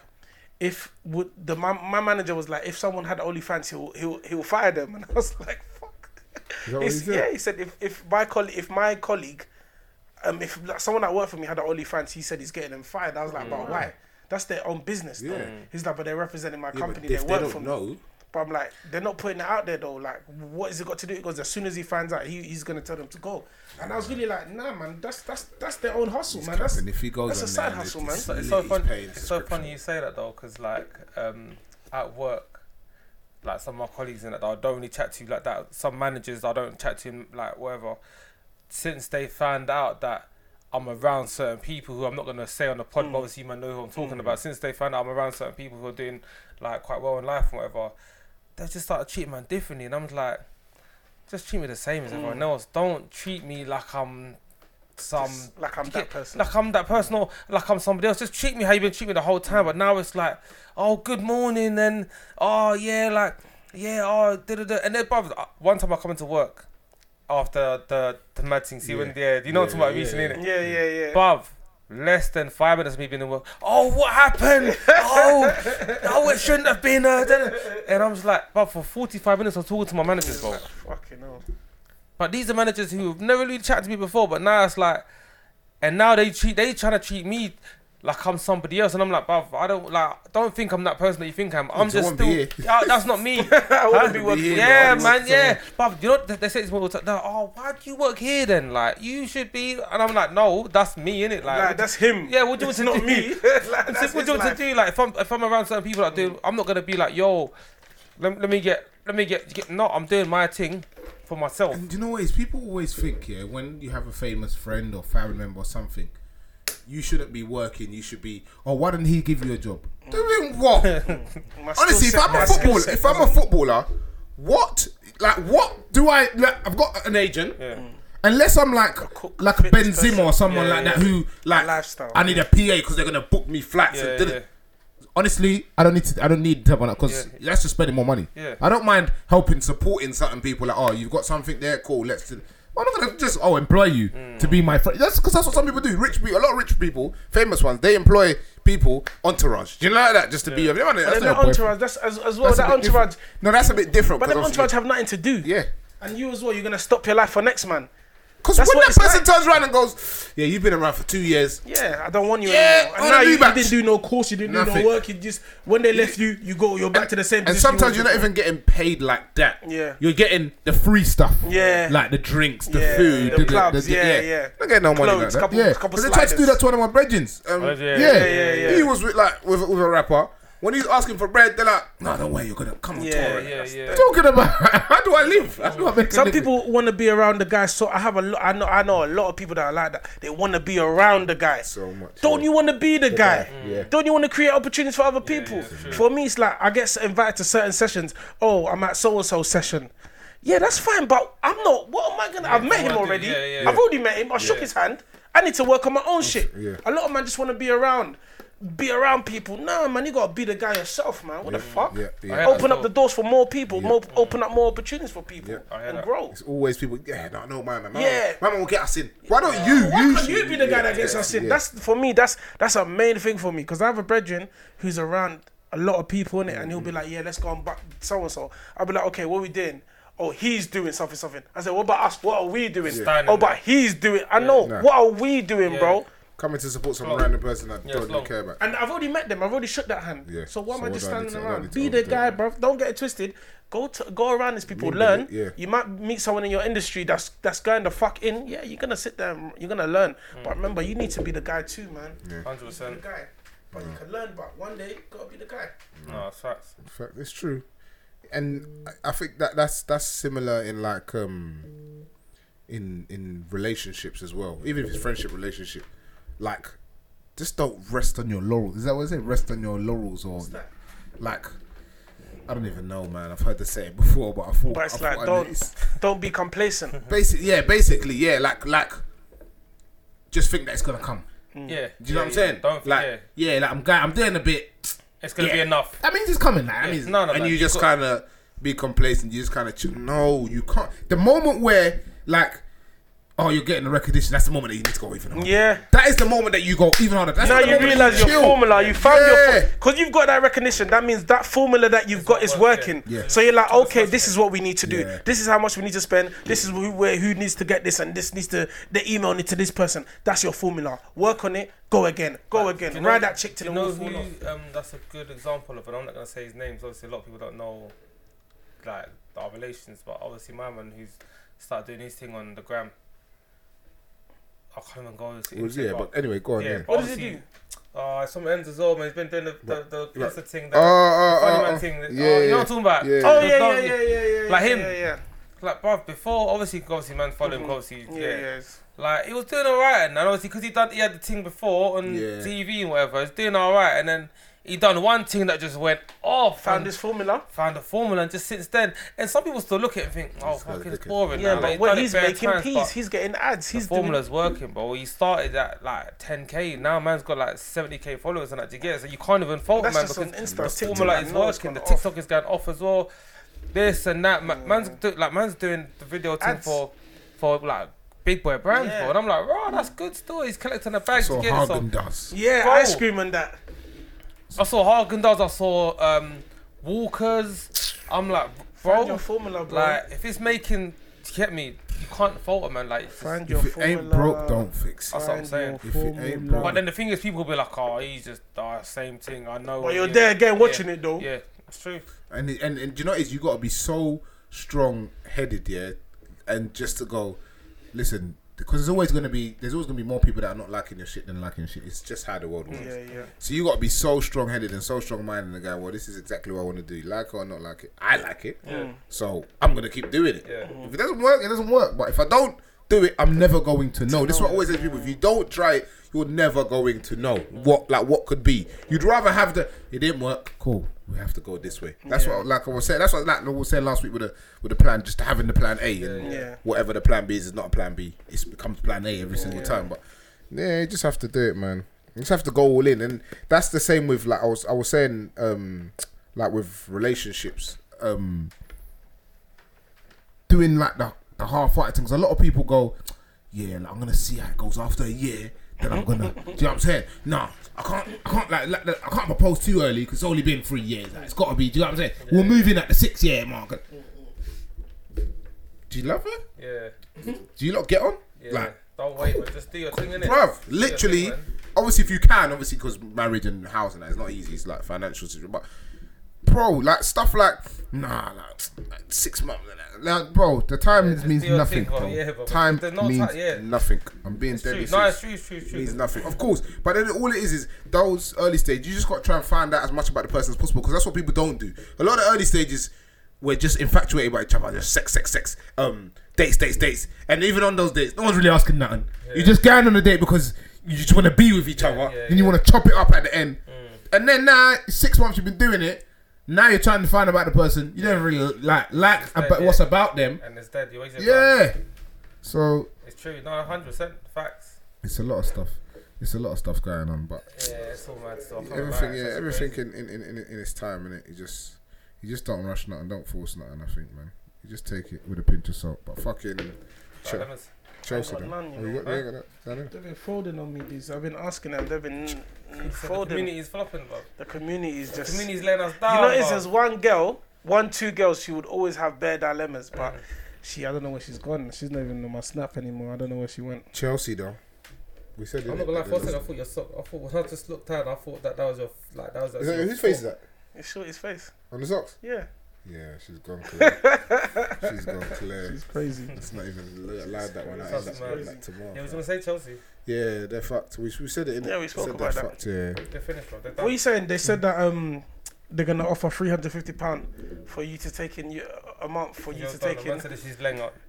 If would the my, my manager was like, if someone had OnlyFans, he'll he'll he'll fire them, and I was like, fuck. that what It's- he said? yeah, he said if, if my colleague if my colleague um, if like, someone that worked for me had an OnlyFans, he said he's getting them fired. I was like, but why? That's their own business. Though. Mm. Yeah. He's like, but they're representing my Yeah, but company. They if they work don't for me. know- But I'm like, they're not putting it out there though. Like, what has it got to do? Because as soon as he finds out, he, he's gonna tell them to go. And I was really like, nah, man. That's that's that's their own hustle, man. That's And if he goes that's a on side there, hustle, it's- man. So it's so He's funny. paying It's so subscription. funny you say that though, because like um, at work, like some of my colleagues in that I don't really chat to like that. Some managers I don't chat to like whatever. Since they found out that I'm around certain people who I'm not gonna say on the pod, but obviously you might know who I'm talking about. Since they found out I'm around certain people who are doing like quite well in life and whatever, they just started treating man differently, and I'm like. just treat me the same as everyone else. Don't treat me like I'm some Just um, like I'm that person. Like I'm that person or like I'm somebody else. Just treat me how you've been treating me the whole time. But now it's like, oh, good morning, and oh yeah, like yeah, oh da da da. And then, brother, uh, one time I come into work after the the mad thing. See when yeah, you know what I'm talking about recently, innit? Yeah, yeah, yeah. Bruv, less than five minutes of me being in work. Oh, what happened? oh, no, it shouldn't have been. Uh, da- da." and I'm just like, bruv, for 45 minutes I was talking to my managers, bro. Fucking hell. But these are managers who have never really chatted to me before, but now it's like, and now they treat they trying to treat me like I'm somebody else, and I'm like, bruv, I don't like, don't think I'm that person that you think I am. I'm I just wouldn't be still, here. yeah, that's not me. I wouldn't be Huh? working here, Yeah, bro. man, yeah, bruv. You know they they say this all the time. they're like, Oh, why do you work here then? Like, you should be, and I'm like, no, that's me, innit? Like, Like, that's him. yeah, what do you It's want to not do? me. like, Mm. So what that's do you his want life. to do? Like, if I'm if I'm around certain people that do, I'm not gonna be like, yo, let, let me get, let me get, get. No, I'm doing my thing for myself. Mm. And do you know what it is? People always think, yeah, when you have a famous friend or family member or something, you shouldn't be working. You should be, oh, why didn't he give you a job? Doing what? My skill Honestly, if set- I'm my a skill footballer, set if I'm a doesn't- footballer, what like what do I? Like, I've got an agent. Unless I'm like cook, like a Ben fitness Zimmer or person. someone Yeah, like yeah. that who like Lifestyle. I need a PA because they're gonna book me flats. Yeah, and did yeah. it. Honestly, I don't need to. I don't need that one because Yeah. that's just spending more money. Yeah. I don't mind helping, supporting certain people. Like, oh, you've got something there, cool. Let's. do- I'm not gonna just oh employ you to be my friend. That's because that's what some people do. Rich people, a lot of rich people, famous ones, they employ people entourage. Do you know like that? Just to be. That's But then not that boyfriend. entourage, that's as, as well. That's a that bit different. entourage, No, that's a bit different. but 'cause them obviously- entourage have nothing to do. Yeah. And you as well, you're gonna stop your life for next man. Because when That's what that it's person like. turns around and goes, "Yeah, you've been around for two years. Yeah, I don't want you Yeah, anymore. on And now a you, you rematch. didn't do no course, you didn't do Nothing. no work. You just when they left you, you go, you're back to the same. And position you sometimes was you're not before. even getting paid like that. Yeah. You're getting the free stuff. Yeah. Like the drinks, the Yeah, food, the clubs, yeah, yeah. Not getting no money Clothes, like that. couple- yeah. couple But they tried to do sliders. that to one of my brethrens. Um, Oh, yeah. yeah, Yeah. yeah, yeah, yeah. He was with like with, with a rapper. When he's asking for bread, they're like, "No, don't worry, you're gonna come on Yeah, tour." Yeah, yeah, yeah. Talking about how do I live? How do I make a Some living? people want to be around the guy. So I have a lot. I know. I know a lot of people that are like that. They want to be around the guy. So much, Don't yeah. you want to be the, guy? Mm. guy, yeah. Don't you want to create opportunities for other people? for me, it's like I get invited to certain sessions. Oh, I'm at so and so session. Yeah, that's fine. But I'm not. What am I gonna? I've met what him I do- already. yeah, yeah, I've yeah. already met him. I shook his hand. I need to work on my own shit. yeah. A lot of men just want to be around, be around people. Nah, man, you gotta be the guy yourself, man. What the fuck? yeah, yeah. I- Open I up the thought- doors for more people. More, open up more opportunities for people Yeah. I hear and that. grow. It's always people. Yeah, no, no, my man. My Yeah. man, my man will get us in. Why don't you? Why you can't you should- be the guy yeah, that gets yeah, us in? yeah. That's for me. That's that's a main thing for me because I have a brethren who's around a lot of people in it, and he'll be like, "Yeah, let's go and back so and so." I'll be like, "Okay, what we doing?" Oh, he's doing something, something. I said, "What about us? What are we doing?" Standing Oh, but there. he's doing. I know. Nah. What are we doing, bro? coming to support some random person that Yeah, don't slow. care about. And I've already met them. I've already shook that hand. Yeah. So why am So I what just do I need standing to- what do I around? need Be to the do? guy, bro. Don't get it twisted. Go to go around these people. Mingle learn. with it, yeah. You might meet someone in your industry that's that's going the fuck in. Yeah, you're gonna sit there. And you're gonna learn. But remember, you need to be the guy too, man. Hundred Be the percent. guy. But you can learn. But one day, you gotta be the guy. No, it's facts. In fact, it's true, and I- I think that that's that's similar in like um, in in relationships as well. Even if it's friendship relationship, like just don't rest on your laurels. Is that what I say? Rest on your laurels or that? like. I don't even know, man. I've heard the saying before, but I thought. But it's I like, thought I don't- noticed. Don't be complacent. Basically, yeah, basically, yeah. Like, like, just think that it's gonna come. Mm. Do Yeah. you know yeah, what I'm yeah. saying? Don't like, yeah. yeah, like I'm, guy, I'm doing a bit. It's gonna be Yeah. enough. That means it's coming. Like, that Yeah, means, no, no, and no, you you just got- kind of be complacent. You just kind of chill. No, you can't. The moment where like, oh, you're getting the recognition. That's the moment that you need to go even harder. Yeah. That is the moment that you go even harder. That's Now the you moment realize your chill. formula. You found your Yeah. because you've got that recognition. That means that formula that you've got is working. Yeah. So you're like, okay, this is what we need to do. Yeah. This is how much we need to spend. This is who where, who needs to get this, and this needs to the email needs to this person. That's your formula. Work on it. Go again. Go again. Do you know- Ride that chick to do the you know wall. fall off. who, um, that's a good example of, and I'm not gonna say his names. Obviously, a lot of people don't know like our relations, but obviously my man who's started doing his thing on the gram. I can't even go. Well, yeah, but anyway, go on. yeah, Yeah. but Oh, What does he obviously- Uh, some ends as well, man. He's been doing the the, the, Right. the thing, the oh, funny oh, man oh. thing. that- Yeah, oh, you know yeah. what I'm talking about? Yeah. Oh The yeah, yeah, dog- yeah, yeah, Like yeah. yeah, him. Yeah, yeah, Like, bruv, before obviously, obviously, man, follow him. Obviously, Mm-hmm. yeah. yeah. yeah. Like he was doing all right, and then obviously because he done he had the thing before on Yeah. TV and whatever, he's doing all right, and then He done one thing that just went off. Found and this formula. found a formula, and just since then, and some people still look at it and think, "Oh, fucking, it's boring." Yeah, now. but like, well, done it he's bare making times, but- peas. He's getting ads. He's doing. formula's working, bro. He started at like 10k. Now man's got like 70k followers and that you get. So you can't even fault That's man just because on Insta. the TikTok, formula I is know it's working. The gone off. Mm. TikTok is going off as well. This and that. Ma- Man's do, like man's doing the video thing Ads. for for like big boy brands, Yeah. bro. And I'm like, raw, that's good still. He's collecting a bag So to get it. So Hagen does. Yeah, Bro. ice cream and that. I saw Hagen Dazs. I saw um, Walkers. I'm like, Find bro, your formula, bro. like if it's making, you get me. You can't fault it, man. Like, it's just- Find your If it formula. ain't broke, don't fix it. That's what I'm Find saying. your If it ain't formula. But then the thing is, people be like, "Oh, he's just uh, same thing." I know. But you're yeah, there again watching yeah, it though. Yeah, that's true. And it, and, and Do you know what it is? You got to be so strong headed, yeah, and just to go, listen, because there's always going to be there's always going to be more people that are not liking your shit than liking your shit. It's just how the world works. Yeah, yeah. So you got to be so strong headed and so strong minded and go, well, this is exactly what I want to do. Like it or not like it, I like it. Mm. So I'm gonna keep doing it. Yeah. If it doesn't work, it doesn't work. But if I don't do it, I'm never going to know. This is what I always say to people: if you don't try it, you're never going to know what like what could be. You'd rather have the it didn't work. Cool, we have to go this way. That's what like I was saying. That's what like I was saying last week with the with the plan, just having the plan A and Yeah, yeah. whatever the plan B is is not a plan B. It becomes plan A every single time. But yeah, you just have to do it, man. You just have to go all in, and that's the same with like I was I was saying um like with relationships um doing like the, the half hearted things. A lot of people go, yeah, like, I'm gonna see how it goes after a year. Then I'm gonna. do you know what I'm saying? Nah, I can't. I can't like, like I can't propose too early because it's only been three years. Like, it's gotta be. Do you know what I'm saying? We're moving at the six year mark. Do you love her? Yeah, Do you not get on? yeah. Like, Don't wait, but just do your thing in it. bruv, literally. Yeah, I think, obviously, if you can, obviously, because marriage and housing, that's not easy. It's like financial situation, but bro, like stuff like nah, like, like six months. Like, that. Like, bro, the time just means do your nothing. thing, bro. bro. Yeah, bro. Time There's no ti- means yeah. nothing. I'm being deadly True. serious. No, it's true, it's true, it's true. means nothing, of course. But then all it is is those early stage. You just got to try and find out as much about the person as possible because that's what people don't do. A lot of early stages, we're just infatuated by each other. Just sex, sex, sex. Um, dates, dates, dates. And even on those dates, no one's really asking nothing. You're just going on a date because you just want to be with each other. yeah, Mm. then you want to chop it up at the end. And then now six months you've been doing it. Now you're trying to find about the person. You don't really like like about yeah. what's about them. And it's dead. You waste your time. Yeah. So It's true. No, hundred percent facts. it's a lot of stuff. It's a lot of stuff going on, but Yeah, it's all mad stuff. I'm everything, like, yeah, that's everything crazy. in, in, in, in in its time, and you just you just don't rush nothing, don't force nothing. I think, man, you just take it with a pinch of salt. But fucking Like, Sure. let me s- Chelsea, got then. none, you Oh, you know, got, you got that? that in? They've been folding on me, these. I've been asking them. They've been so The folding. community is flopping, bro. The community is The just. community is letting us You down. know, it's bro. there's one girl, one, two girls, she would always have bare dilemmas, but she, I don't know where she's gone. She's not even on my snap anymore. I don't know where she went. Chelsea, though. We said I'm not gonna lie. For a second, I thought your sock. I thought when I just looked down, I thought that that was your f- like that was. Is that, whose face is that? It's short his face. On the socks? Yeah, Yeah, she's gone clear. she's gone clear. she's crazy. It's not even li- allowed that one out. That's That's mad. like tomorrow. Yeah, I was bro. gonna say Chelsea. Yeah, they're fucked. We, we said it in Yeah, we spoke about that. Fucked, yeah. They're finished, bro. They're What are done. you saying? They said that um, they're gonna offer three hundred fifty pound for you to take in you, a month for you You're to done. take The man in. said that she's laying up.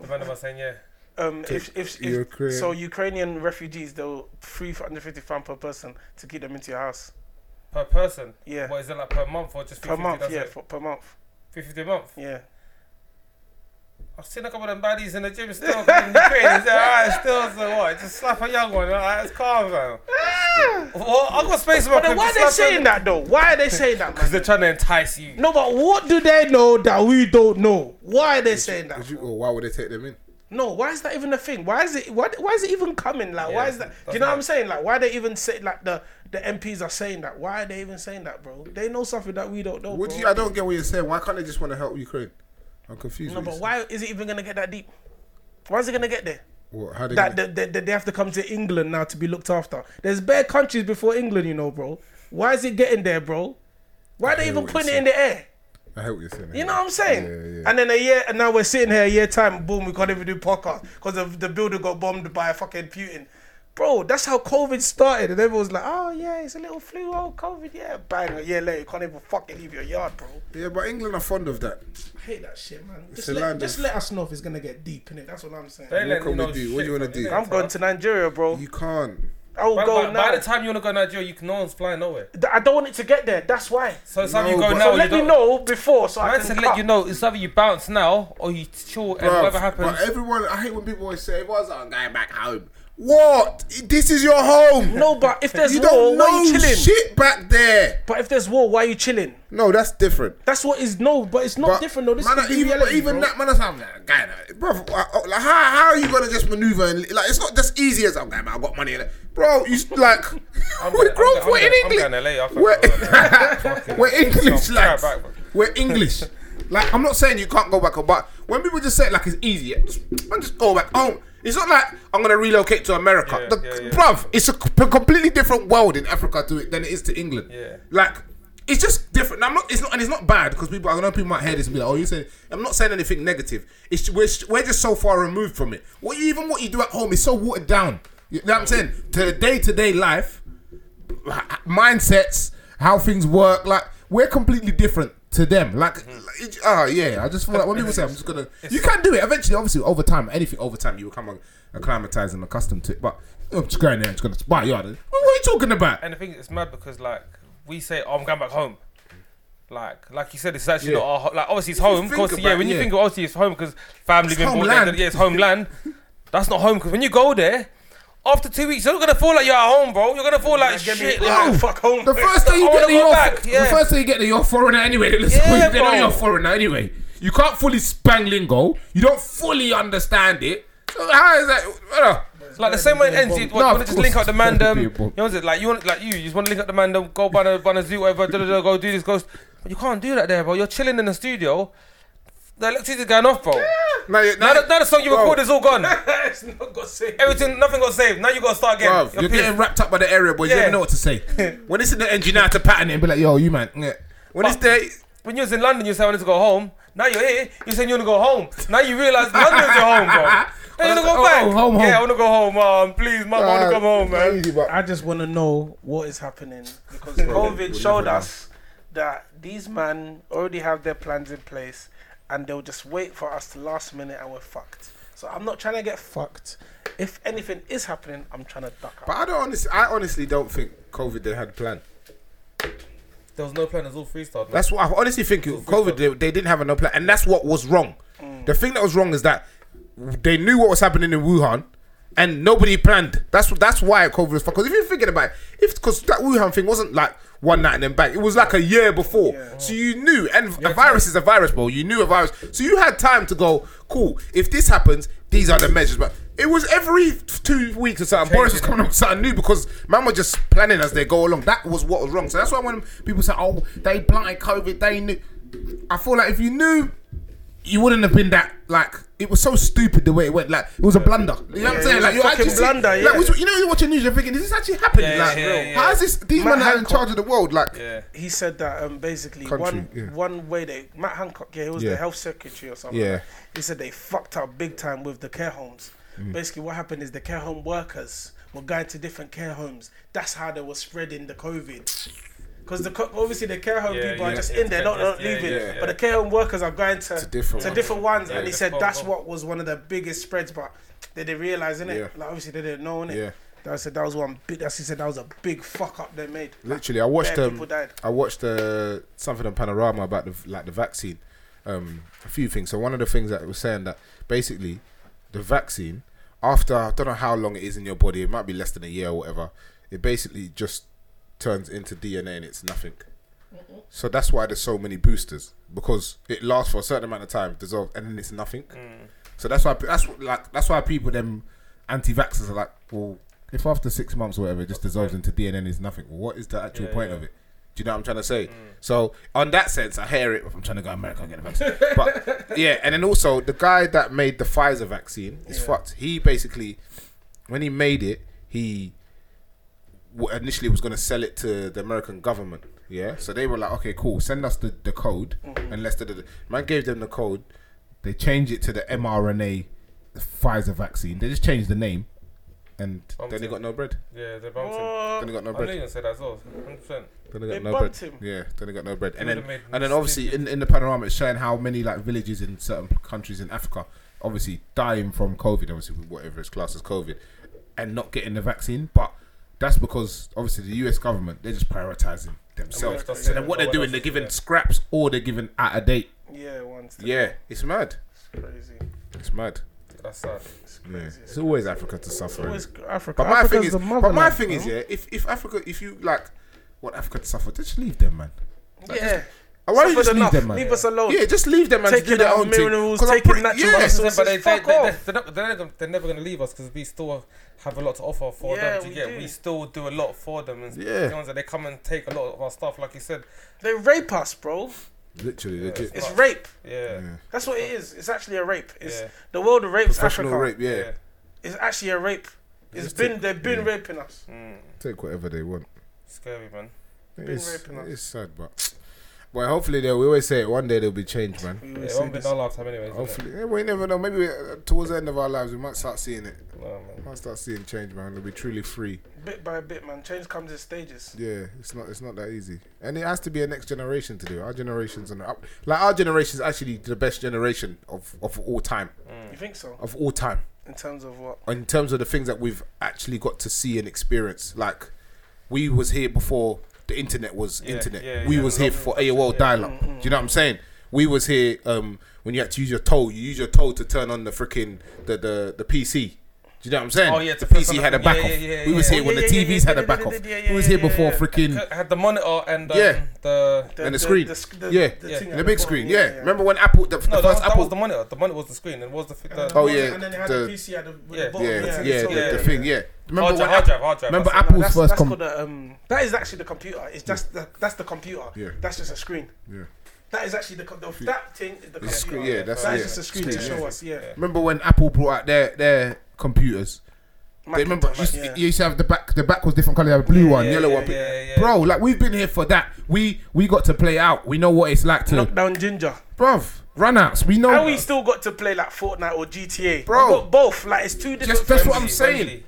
The man was saying, yeah. Um, if, if, if, Ukraine. so, Ukrainian refugees they'll three hundred fifty pound per person to keep them into your house. Per person? Yeah. What is it like per month or just per 350? month, that's yeah, it? for, per month, 350 a month? yeah. I've seen a couple of them baddies in the gym still getting the trainers. Alright, still, so what? Just slap a young one. Alright, it's calm, man. well, I've got space in my But then why are they saying that though? Why are they saying that? Because Man? they're trying to entice you. No, but what do they know that we don't know? Why are they saying that? Would you, or why would they take them in? No, why is that even a thing? Why is it? Why, why is it even coming? Like, why Yeah, is that? Do you doesn't know what I'm make- saying? Like, why they even say like the the MPs are saying that? Why are they even saying that, bro? They know something that we don't know. What do bro. you, I don't get what you're saying. Why can't they just want to help Ukraine? I'm confused. no, what but you're why is it even gonna get that deep? Why is it gonna get there? saying. What, how they That gonna- they, they, they have to come to England now to be looked after. There's bare countries before England, you know, bro. Why is it getting there, bro? Why are they hear even what putting you're it in the air? I hate what you're saying. You know what I'm saying? Yeah, yeah. And then a year, and now we're sitting here a year time, boom, we can't even do podcast because the, the building got bombed by fucking Putin. Bro, that's how COVID started, and everyone's like, "Oh yeah, it's a little flu, oh COVID, yeah." Bang, a year later, you can't even fucking leave your yard, bro. Yeah, but England are fond of that. I hate that shit, man. Just a let, land just of- let us know if it's gonna get deep in it. That's what I'm saying. They What ain't letting can you we know do? What do you shit, wanna bro. do? They I'm ain't going to Nigeria, bro. You can't. I will By, go by, now. by the time you want to go Nigeria, you can, no one's flying nowhere. Th- I don't want it to get there. That's why. So it's either you No, go but- now. So or But you let me don't. know before so I I can said cut. let you know. It's either you bounce now or you chill and Bruv, whatever happens. But everyone, I hate when people always say, "Everyone's like, I'm going back home." What? This is your home. No, but if there's you war, don't why are know you chilling? shit back there. But if there's war, why are you chilling? No, that's different. That's what is no, but it's not But different though. This man, is the even, but reality, even bro. that man, that's how I'm like, guy, like, bro. Like, how how are you gonna just maneuver and like? It's not just easy as I'm going. man, I got money, like, bro. You s- like gonna- we're grown I'm for gonna- in I'm English. gonna LA, I fucking We're, we're English, Fucking lads. crap, bro. We're English. Like I'm not saying you can't go back home, but when people just say it like it's easy, yeah, just, man, just go back home. It's not like I'm gonna relocate to America, Yeah, the, yeah, yeah. bruv. It's a c- completely different world in Africa to it than it is to England. Yeah. Like it's just different. Now, I'm not. It's not, and it's not bad because people. I know people might hear this and be like, "Oh, you saying?" I'm not saying anything negative. It's we're, we're just so far removed from it. What you even what you do at home is so watered down. You know what I'm saying? To the day to day life, h- h- mindsets, how things work. Like we're completely different to them. Like, Mm-hmm. like, it- ah, yeah. I just feel like when people say, "I'm just gonna," you can do it eventually. Obviously, over time, anything over time, you become acclimatized and accustomed to it. But I'm just going there. I'm just gonna buy yard. What what are you talking about? And the thing is mad because like we say, oh, I'm going back home. Like, like you said, it's actually Yeah. not our ho- like. Obviously, it's home. think Because yeah, about- when you yeah. think of obviously it's home because family It's been born there. homeland. Yeah, it's homeland. That's not home because when you go there, after two weeks, you're gonna feel like you're at home, bro. You're gonna feel like Get me- shit. Oh, like- fuck home. The first day you I get there, wanna go you're back, the yeah. first day you get there, you're a foreigner anyway. Let's Yeah, they know bro. you're a foreigner anyway. You can't fully spang lingo. You don't fully understand it. So how is that? Well, Like the same way it ends, you, bomb. what, No, you of want to just course link up the it's gonna mandem. be a You bomb. know what I'm saying? Like you want, like you, you just want to link up the mandem, go buy a, buy a zoo, whatever, da, da, da, go do this, go. s- But you can't do that there, bro. You're chilling in the studio. The electricity's going off, bro. Now, you- Now, the, now the song you Bro. recorded is all gone. it's not got saved. Everything, nothing got saved. Now you got to start again. Bruv, You're you're pissed. getting wrapped up by the area, boys. You Yeah. don't know what to say. when it's in the engine, I have to pattern it and be like, "Yo, you man." yeah. When it's there, When you was in London, you said I wanted to go home. Now you're here. You saying you want to go home. Now you realise London's your home, bro. Now you want to go Oh, back. oh, home, yeah, I home. want to go home, mom. Please, mum, I want uh, to come home, man. I just want to know what is happening because COVID showed us that these men already have their plans in place and they'll just wait for us to last minute and we're fucked. So I'm not trying to get fucked. If anything is happening, I'm trying to duck But out. I don't honestly, I honestly don't think COVID they had a plan. There was no plan. It was all freestyle. Man. That's what I honestly think. it- COVID they, they didn't have enough plan, and that's what was wrong. The thing that was wrong is that they knew what was happening in Wuhan, and nobody planned. That's that's why COVID was Because if you're thinking about it, if because that Wuhan thing wasn't like one night and then back, it was like a year before. So you knew, and a virus is a virus, bro. You knew a virus, so you had time to go. Cool. If this happens, these are the measures, but. It was every two weeks or something. Boris was coming up with something new because man was just planning as they go along. That was what was wrong. So that's why when people say, "Oh, they blind COVID," they knew. I feel like if you knew, you wouldn't have been that. Like it was so stupid the way it went. Like it was a blunder. You know what I'm saying? was Like a you're fucking actually seeing- blunder, Like, yeah. which- you know, you're watching news, you're thinking, "Is this actually happening?" Yeah, like, yeah, yeah, how yeah. is this? These Matt men are in Hancock. charge of the world. Like, Yeah. He said that um, basically Country, one yeah. one way they Matt Hancock, yeah, he was Yeah. the health secretary or something. Yeah. He said they fucked up big time with the care homes. Mm. Basically, what happened is the care home workers were going to different care homes. That's how they were spreading the COVID. Because the co- obviously the care home Yeah, people are yeah, just yeah, in there, not, not yeah, leaving. yeah, yeah. But the care home workers are going to, to different different ones. ones, and he Yeah. said Bomb, that's bomb. what was one of the biggest spreads. But they didn't realize, innit? Yeah. Like obviously they didn't know, innit? Yeah. That said that was one big. That's he said that was a big fuck up they made. Literally, I watched Bare um, people died. I watched uh, something on Panorama about the like the vaccine. Um, a few things. So one of the things that it was saying that basically the vaccine, after I don't know how long it is in your body, it might be less than a year or whatever. It basically just turns into DNA and it's nothing. Mm-hmm. So that's why there's so many boosters because it lasts for a certain amount of time, dissolves, and then it's nothing. Mm. So that's why that's what, like that's why people them anti-vaxxers are like, well, if after six months or whatever it just dissolves into DNA and is nothing, well, what is the actual point of it? Do you know what I'm trying to say? So on that sense, I hear it. If I'm trying to go to America and get a vaccine, but yeah, and then also the guy that made the Pfizer vaccine is fucked. He basically, when he made it, he w- initially was going to sell it to the American government. Yeah, so they were like, okay, cool, send us the, the code, and let's do the man gave them the code. They changed it to the mRNA Pfizer vaccine. They just changed the name, and Bumped then they him. got no bread. Yeah, they're bouncing. Then they got no I knew you bread. gonna say that as well. 100%. Then they got They no bread. bumped him. Yeah, then they got no bread. And would've then made and then mistakes. obviously in, in the panorama it's showing how many like villages in certain countries in Africa obviously dying from COVID, obviously with whatever is classed as COVID, and not getting the vaccine. But that's because obviously the US government they're just prioritizing themselves. America, so yeah. then what they're Well, doing, they're that's- giving yeah. scraps or they're giving out of date. Yeah, once. Yeah, It's mad. Crazy. It's mad. That's sad. It's crazy. It's always Africa to suffer. Always Africa. But my thing Africa's is, the but my motherland, thing is, bro. yeah. If if Africa, if you like, what Africa to suffer, just leave them, man. yeah. And Why don't you Suffered just leave enough. them, man? Leave us alone. Yeah, just leave them and Taking do their our own thing. minerals, 'Cause I'm taking pretty- natural yeah. resources. but they, they, fuck they, off. they're, not, they're, not gonna, they're never going to leave us because we still have a lot to offer for Yeah, them. Do you we get? do. We still do a lot for them. And Yeah. the ones that they come and take a lot of our stuff, like you said. They rape us, bro. Literally, legit. It's Fuck. rape. Yeah. Yeah. That's what it is. It's actually a rape. It's Yeah. the world rapes Professional Africa. rape, yeah. Yeah. It's actually a rape. It's Just been take- they've been yeah. raping us. Mm, Take whatever they want. scary, man. It Been is, raping us. it is sad, but well, hopefully they. We always say it. One day there'll be change, man. We Yeah, always it say won't be this. our lifetime anyway. Hopefully, yeah, we never know. Maybe uh, towards the end of our lives, we might start seeing it. No, man. We might start seeing change, man. It'll be truly free. bit by bit, man. Change comes in stages. Yeah, it's not it's not that easy, and it has to be a next generation to do. it. Our generation's an up, like our generation's actually the best generation of of all time, You think so? of all time, In terms of what? in terms of the things that we've actually got to see and experience. Like, we was here before the internet was Yeah, internet. yeah, we yeah, Mm, was the here long- for AOL dial up. Do you know what I'm saying? We was here um, when you had to use your toe. You use your toe to turn on the freaking the the, the PC. Do you know what I'm saying? Oh, yeah, to the press PC on had the- a back yeah, off. yeah, yeah, we was yeah. here Oh, when yeah, the yeah, yeah, TVs had yeah, a back yeah, off. yeah, yeah, we was here yeah, yeah, before yeah. freaking Had the monitor and um, Yeah. the. And the screen. sc- Yeah. Yeah. thing The at the big bottom, screen. Yeah. remember when Apple the, the No, that, first was, that Apple? was the monitor. The monitor was the screen, and was the, fi- the And then- Oh, yeah, And then they had the, the- PC at the, with Yeah. the bottom. yeah, yeah, the, yeah, the yeah. thing, yeah. Remember hard, when drive, hard Apple, drive, hard drive. remember that's it. Apple's that's, first that's com- called a, um, that is actually the computer. It's just the, that's the computer. Yeah. That's just a screen. Yeah. That is actually the, com- the that thing is the computer. It's screen- yeah, that's- that is yeah. just a screen, to Screen, show yeah. us. Yeah. remember when Apple brought out their their computers? They remember Macintosh, used, yeah. You used to have the back. The back was different color. You had a blue one, yeah, yellow yeah, one. yeah, yeah. Bro, like we've been here for that. We we got to play out. We know what it's like to. Knock down Ginger. Bruv, runouts. We know. And we still got to play like Fortnite or GTA. Bro. We got both. Like it's two different. Just- that's what Wembley, I'm saying.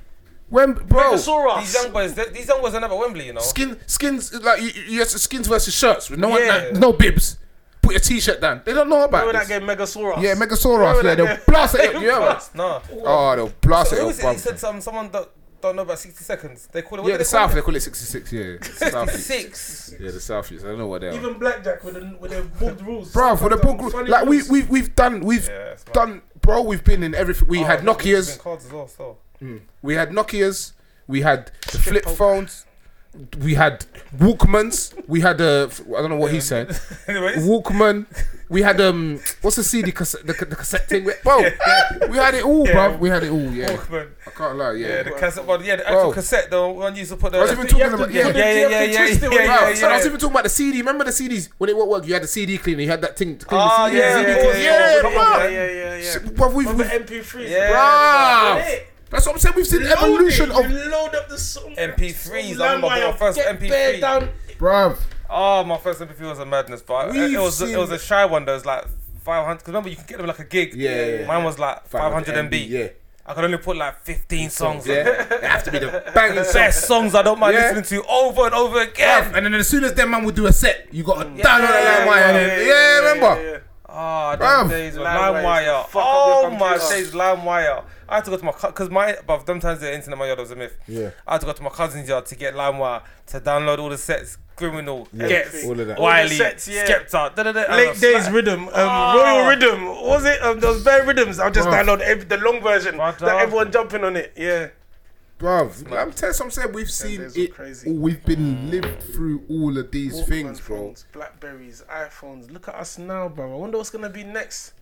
Wembley. when bro. Megasaurus. These young boys, they- these young boys are never Wembley, you know. Skin skins like you, you have to skins versus shirts with no one, Yeah. like, no bibs. Put your t-shirt down. They don't know about Remember that this. game Megasaurus? Yeah, Megasaurus. Remember Yeah, that they'll game? blast it. They up, You hear us? blast. No. Oh, they'll blast So who it. was it? up, He said bruv. some someone that don't know about 60 seconds. They call it. What Yeah, do the they call South. They it? call it 66. Yeah, South. Six. Yeah, the South. I don't know what they are. Even Blackjack with the with the book rules. Bro, for the Sometimes book, funny like we rules. we we've done we've Yeah, it's mad. done, bro. We've been in everything. We had Oh, there's been Nokia's, Cards as well, so. we had Nokia's, we had the flip poker. phones, we had Walkmans, we had uh, f- I don't know what he said, Anyways, Walkman. We had um, what's the CD cassette, the, ca- the cassette thing? Bro, we had it all, bro. We had it all. Yeah, Walkman. I can't lie. Yeah, Yeah, the cassette one. Yeah, the actual Bro. cassette. The one you used to put the. I was even You talking have to- about you yeah. have to- Yeah, you yeah, have yeah, to yeah, twist it yeah, Bro, with yeah, that. so I was even talking about the CD. Remember the CDs when it won't work? You had the CD cleaner. You had that thing. To clean Oh, the CD. yeah, yeah, CD. yeah, yeah, bro. yeah, Yeah, yeah, yeah. Shit, bro, we've- Remember we've- MP3s? Yeah. Bruv. That's it. That's what I'm saying. We've seen Load it. evolution You of load up the song. MP3s, Song I remember LimeWire, my first get MP3. bare down. bruv. Oh, my first MP3 was a madness, but I- it We've was it seen- was a shy one. That was like 500. Cause remember, you can get them like a gig. Yeah, yeah, yeah. Mine was like 500 MB. Yeah. I could only put like 15 songs. on. Yeah, they have to be the banging Best songs. songs I don't mind Yeah. listening to over and over again. And then as soon as their man would do a set, you got a down on yeah, that line wire. yeah, and then- Yeah, yeah, remember? yeah. Ah, Bruv. them days with Lime wire LimeWire. used to fuck up Oh your my computer. days, LimeWire. I had to go to my because my but them times the internet in my yard was a myth. Yeah. I had to go to my cousin's yard to get LimeWire to download all the sets. Criminal, Gets, all of that. All the Wiley, sets, yeah. Skepta, da, da, da, and I Late was days like, rhythm, um, Ah. Royal rhythm. What was it? Um, those bare rhythms. I'll just Bruv. download ev- the long version. Bruv. That everyone jumping on it. Yeah. Bruv, I'm telling you, I'm saying we've seen days were it. crazy. all. We've been lived through all of these things, Walkman bro. phones, Blackberries, iPhones. Look at us now, bro. I wonder what's gonna be next.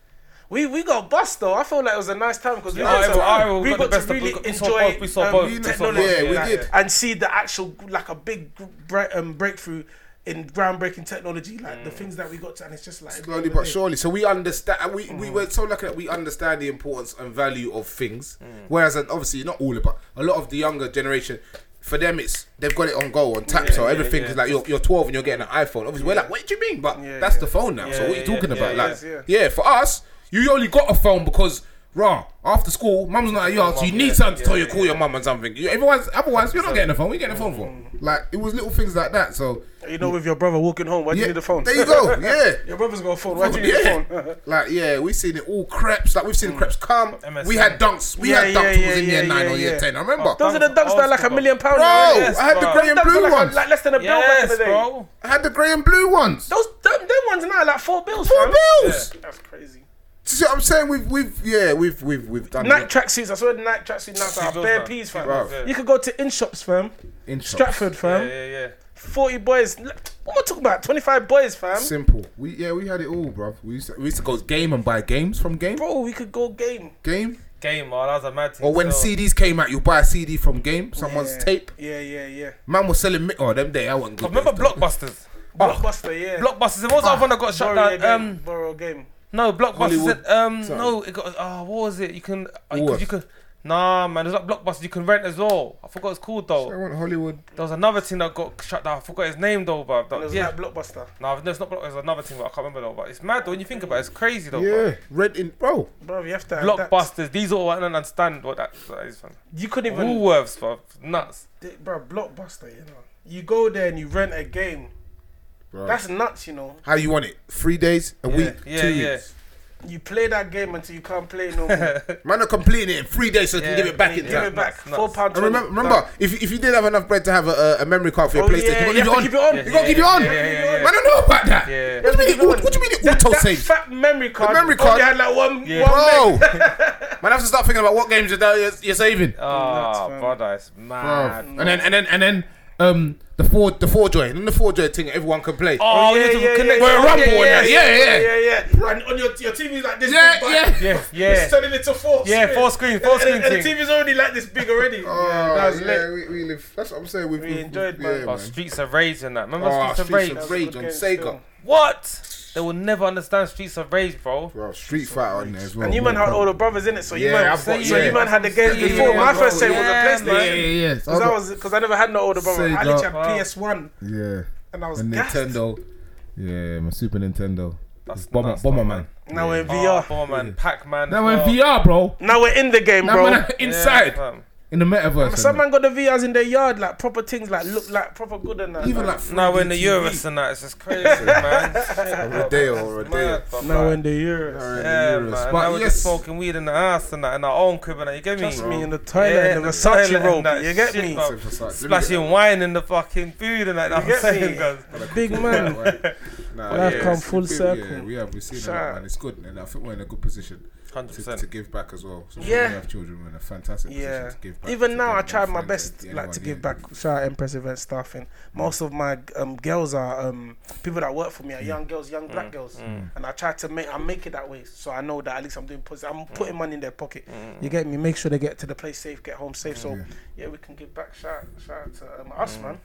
We we got bust though. I feel like it was a nice time because we, Yeah, got, to, I- I- we we got the got, best to of- we really got- we saw enjoy both, we saw um, both, we saw technology both, yeah, we like, did. and see the actual like a big bre- um, breakthrough in groundbreaking technology, like Mm. the things that we got to, and it's just like Slowly but surely. So we understand. We we were so lucky that we understand the importance and value of things. Mm. Whereas, and obviously, not all about a lot of the younger generation. For them, it's they've got it on go on tap. so yeah, everything yeah. is like you're, you're 12 and you're getting an iPhone. Obviously, we're like, what do you mean? But Yeah, that's yeah. the phone now. so Yeah, what are you yeah, talking yeah, about? yeah, like, yeah. yeah. for us, you only got a phone because raw. After school, mum's not at your house, so you Mum, need yeah, something to tell you, yeah, call your mum and something. You, otherwise, otherwise, you're not getting a phone. We're getting a phone Mm. for. Like it was little things like that. So You know, with your brother walking home, why do yeah, you need a phone? There you go. Yeah. Your brother's got a phone. Why do you need Yeah. a phone? Like yeah, we seen it all creps. Like we've seen creps come. MSN. We had dunks. We Yeah, had dunks. yeah, it was yeah, in year yeah, nine yeah, or year yeah. ten. I remember. Those are the Dunks, ducks that are like a old million pounds. bro, right? yes, I had the bro. grey and Dunks are blue like, ones. a- like less than a bill back in Yes, the day. bro. I had the grey and blue ones. Those them, them ones now are like four bills. Four fam. bills. That's crazy. See what I'm saying? We've we've yeah we've we've we've done Night it. tracksuits. I saw the night tracksuit now Two are bills, bare man. peas, Two fam. bills, yeah. You could go to in shops, fam. in shops. Stratford, Yeah, fam. yeah, yeah. Forty boys. What am I talking about? Twenty five boys, fam. Simple. We yeah we had it all, bro. We used to, we used to go game and buy games from game Bro, we could go game. game. Game, man. That was a mad thing. Or when so. CDs came out, you buy a CD from game, someone's Yeah. tape. Yeah, yeah, yeah. Man was selling mi- oh them day I wasn't I good. remember days, though. Blockbusters. Blockbuster, yeah. Blockbusters. It was the Ah, other one that got Oh. shut Borrow a down. game. Um, borrow a game. no, Blockbusters. Hollywood. Said, um, Sorry. no, it got. Oh, what was it? You can. Uh, you, could, Woolworth. you could. Nah, man. There's like Blockbusters you can rent as well. I forgot it's called though. I want Hollywood. There was another thing that got shut down. I forgot his name though, but It was yeah. like Blockbuster, Nah, no, it's not. Block- There's another thing, but I can't remember though. But it's mad though. When you think about it, it's crazy though. Yeah, red in bro. bro. You have to. bruv. have that. Blockbusters. These all I don't understand what that, that is. Man. You couldn't even. Woolworths, bruv. Nuts. Th- bro, blockbuster, you know. You go there and you rent a game. Bro. That's nuts, you know. How you want it? Three days, a week, Yeah, two yeah. weeks. You play that game until you can't play no more. Man are completing it in three days so they Yeah, can give it back give in yeah. time. it back. nuts, Four nuts. pound. And remember, remember if, if you didn't have enough bread to have a, a- a memory card for your Oh, PlayStation, yeah, you you have gotta to leave keep it it on. on. You gotta keep it on. Yeah, yeah, yeah, yeah. Man, I don't know about that. Yeah. What do you mean? it- What do you mean? It That, auto that saves. fat memory card. memory oh, card- They had like one. Yeah. one Bro, man, I have to start thinking about what games you're, you're, you're saving. Ah, fam. brother, it's Bruv. mad. And then and then and then um the four the four joy and then the four joy thing everyone can play. Oh, you need to connect. We're a rumble in yeah, that. Yeah, yeah. yeah, yeah, And on your your TV's like this yeah, big. but yeah. Yeah, It's yeah. turning into four. Yeah, screens. four screen, four And- screen and, and the thing. TV's already like this big already. yeah, that was lit. we, we live. That's what I'm saying. We've, We enjoyed, man. Ah, Oh, Streets of Rage and that. Remember Oh, Streets of Streets Rage? of That was a Rage good on game Sega. still. What? They will never understand Streets of Rage, bro. Bro, Street Fighter on there as Oh, well. And you man had older brothers in it, so you Yeah, man, I've got- so yeah. you man had the games Yeah, before. My bro, first save yeah, was a Yeah, PlayStation. yeah, yeah. So Because I I got- was because I never had no older brother. I Sega. literally had Wow. PS One yeah. and I was And gassed. Nintendo. Yeah, my Super Nintendo. That's- Bomber, that's Bomberman. not bad. Now we're in Oh, VR. Bomberman, Pac-Man. That as went well. VR, bro. Now we're in the game, That bro. went inside Yeah, fam. in the metaverse. and Some that. man got the VRs in their yard, like proper things, like look like proper good and that. even like, like Now we're in 3D the TV. Euros and that. It's just crazy, man. Rodeo or Rodeo. now we're in the Euros. Yeah, Euros. man. But now we're yes. just smoking weed in the ass and that in our own crib and that. You get me? Trust me, in the Yeah, toilet, in in the toilet Versace and that robe. You get shit, me? bro. Splashing wine in the fucking food and that. That's You what I'm get me? saying, guys. Big man. Nah, Life yeah, come it's full good, circle. Yeah, we have. We've seen a Shout lot, out. man. It's good, and I think we're in a good position to, to 100%. give back as well. So Yeah. we have children, we're in a fantastic Yeah. position to give back. Even to now, them I and tried my friends best, and like anyone, to yeah. give back. Shout out Empress Event staffing. Most of my um, girls are um, people that work for me are young girls, young Mm. black girls, and I try to make I make it that way. So I know that at least I'm doing positive. I'm putting money in their pocket. Mm. You get me? Make sure they get to the place safe, get home safe. So yeah, we can give back. Shout shout out to um, Mm. us, man.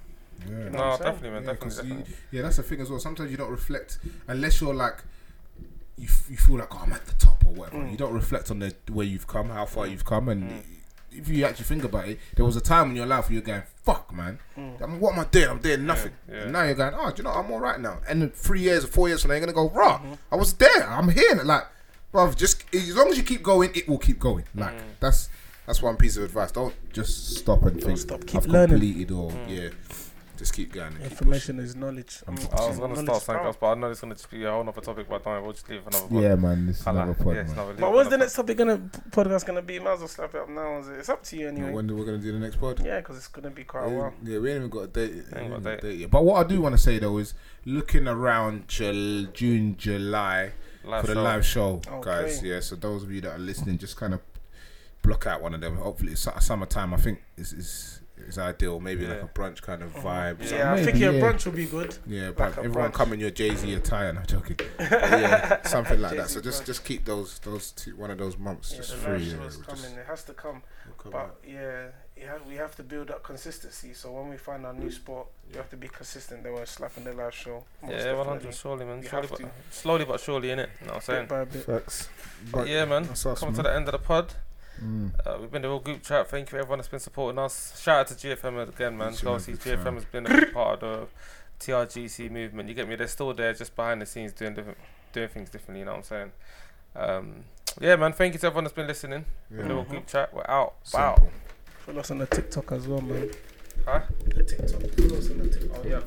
Yeah. You know No, what I'm saying? definitely, man. Yeah, Definitely. 'cause definitely. you, yeah, that's the thing as well. Sometimes you don't reflect unless you're like you, f- you feel like oh, I'm at the top or whatever. Mm. You don't reflect on the where you've come, how far you've come, and if you actually think about it, there was a time in your life where you're going, "Fuck, man, I mean, what am I doing? I'm doing nothing." Mm. yeah. And now you're going, "Oh, do you know I'm all right now." And in three years or four years from now, you're gonna go, "Raw, Mm-hmm. I was there. I'm here." And like, bruv, just as long as you keep going, it will keep going. Like Mm. that's. That's one piece of advice. Don't just stop and think. stop. Keep I've learning." completed or Mm. yeah, just keep going. and keep Information is knowledge. I'm I was gonna knowledge start something power. else, but I know it's gonna just be a whole other topic by the time. We'll just leave for another one. Yeah, man, this is Can't lie. another pod, Yeah, it's man. another- But what's the next topic gonna podcast gonna be? Might as well slap it up now. is it? It's up to you anyway. When do we gonna do the next pod? Yeah, because it's gonna be quite a Yeah, while. yeah, we ain't even got a date. we ain't got a even got a date. date yet. But what I do want to say though is looking around Jul- June, July Live for the show. live show, Okay. guys. Yeah, so those of you that are listening, just kind of block out one of them. Hopefully, it's su- summertime. I think is is is ideal. Maybe like Yeah. a brunch kind of vibe. Mm-hmm. Yeah, something. I Maybe, think your yeah. brunch will be good. Yeah, but Like a everyone brunch. come in your Jay Z attire. and I'm joking. But yeah, something like that. So Jay-Z just brunch. just keep those those two, one of those months just yeah, the free. live yeah, show's we'll coming. just- It has to come. we'll come But out. yeah, you have, we have to build up consistency. So when we find our new Mm. sport, you have to be consistent. They were slapping the live show. Yeah, most one definitely. hundred. Surely, man. You Surely, have but, to. slowly but surely, innit? You know what I'm saying? Bit by bit. Facts. But yeah, man. that's us, Coming to man. the end of the pod. Mm. Uh, we've been the real group chat. Thank you, everyone that's been supporting us. Shout out to GFM again, man. Thanks, So man. obviously, Good GFM has been a big part of the TRGC movement. You get me? They're still there, just behind the scenes, doing different, doing things differently. You know what I'm saying? Um, yeah, man. Thank you to everyone that's been listening. Little group chat. We're out. We're out. Follow us on the TikTok as well, man. Huh? The TikTok. Follow us on the TikTok. Yeah.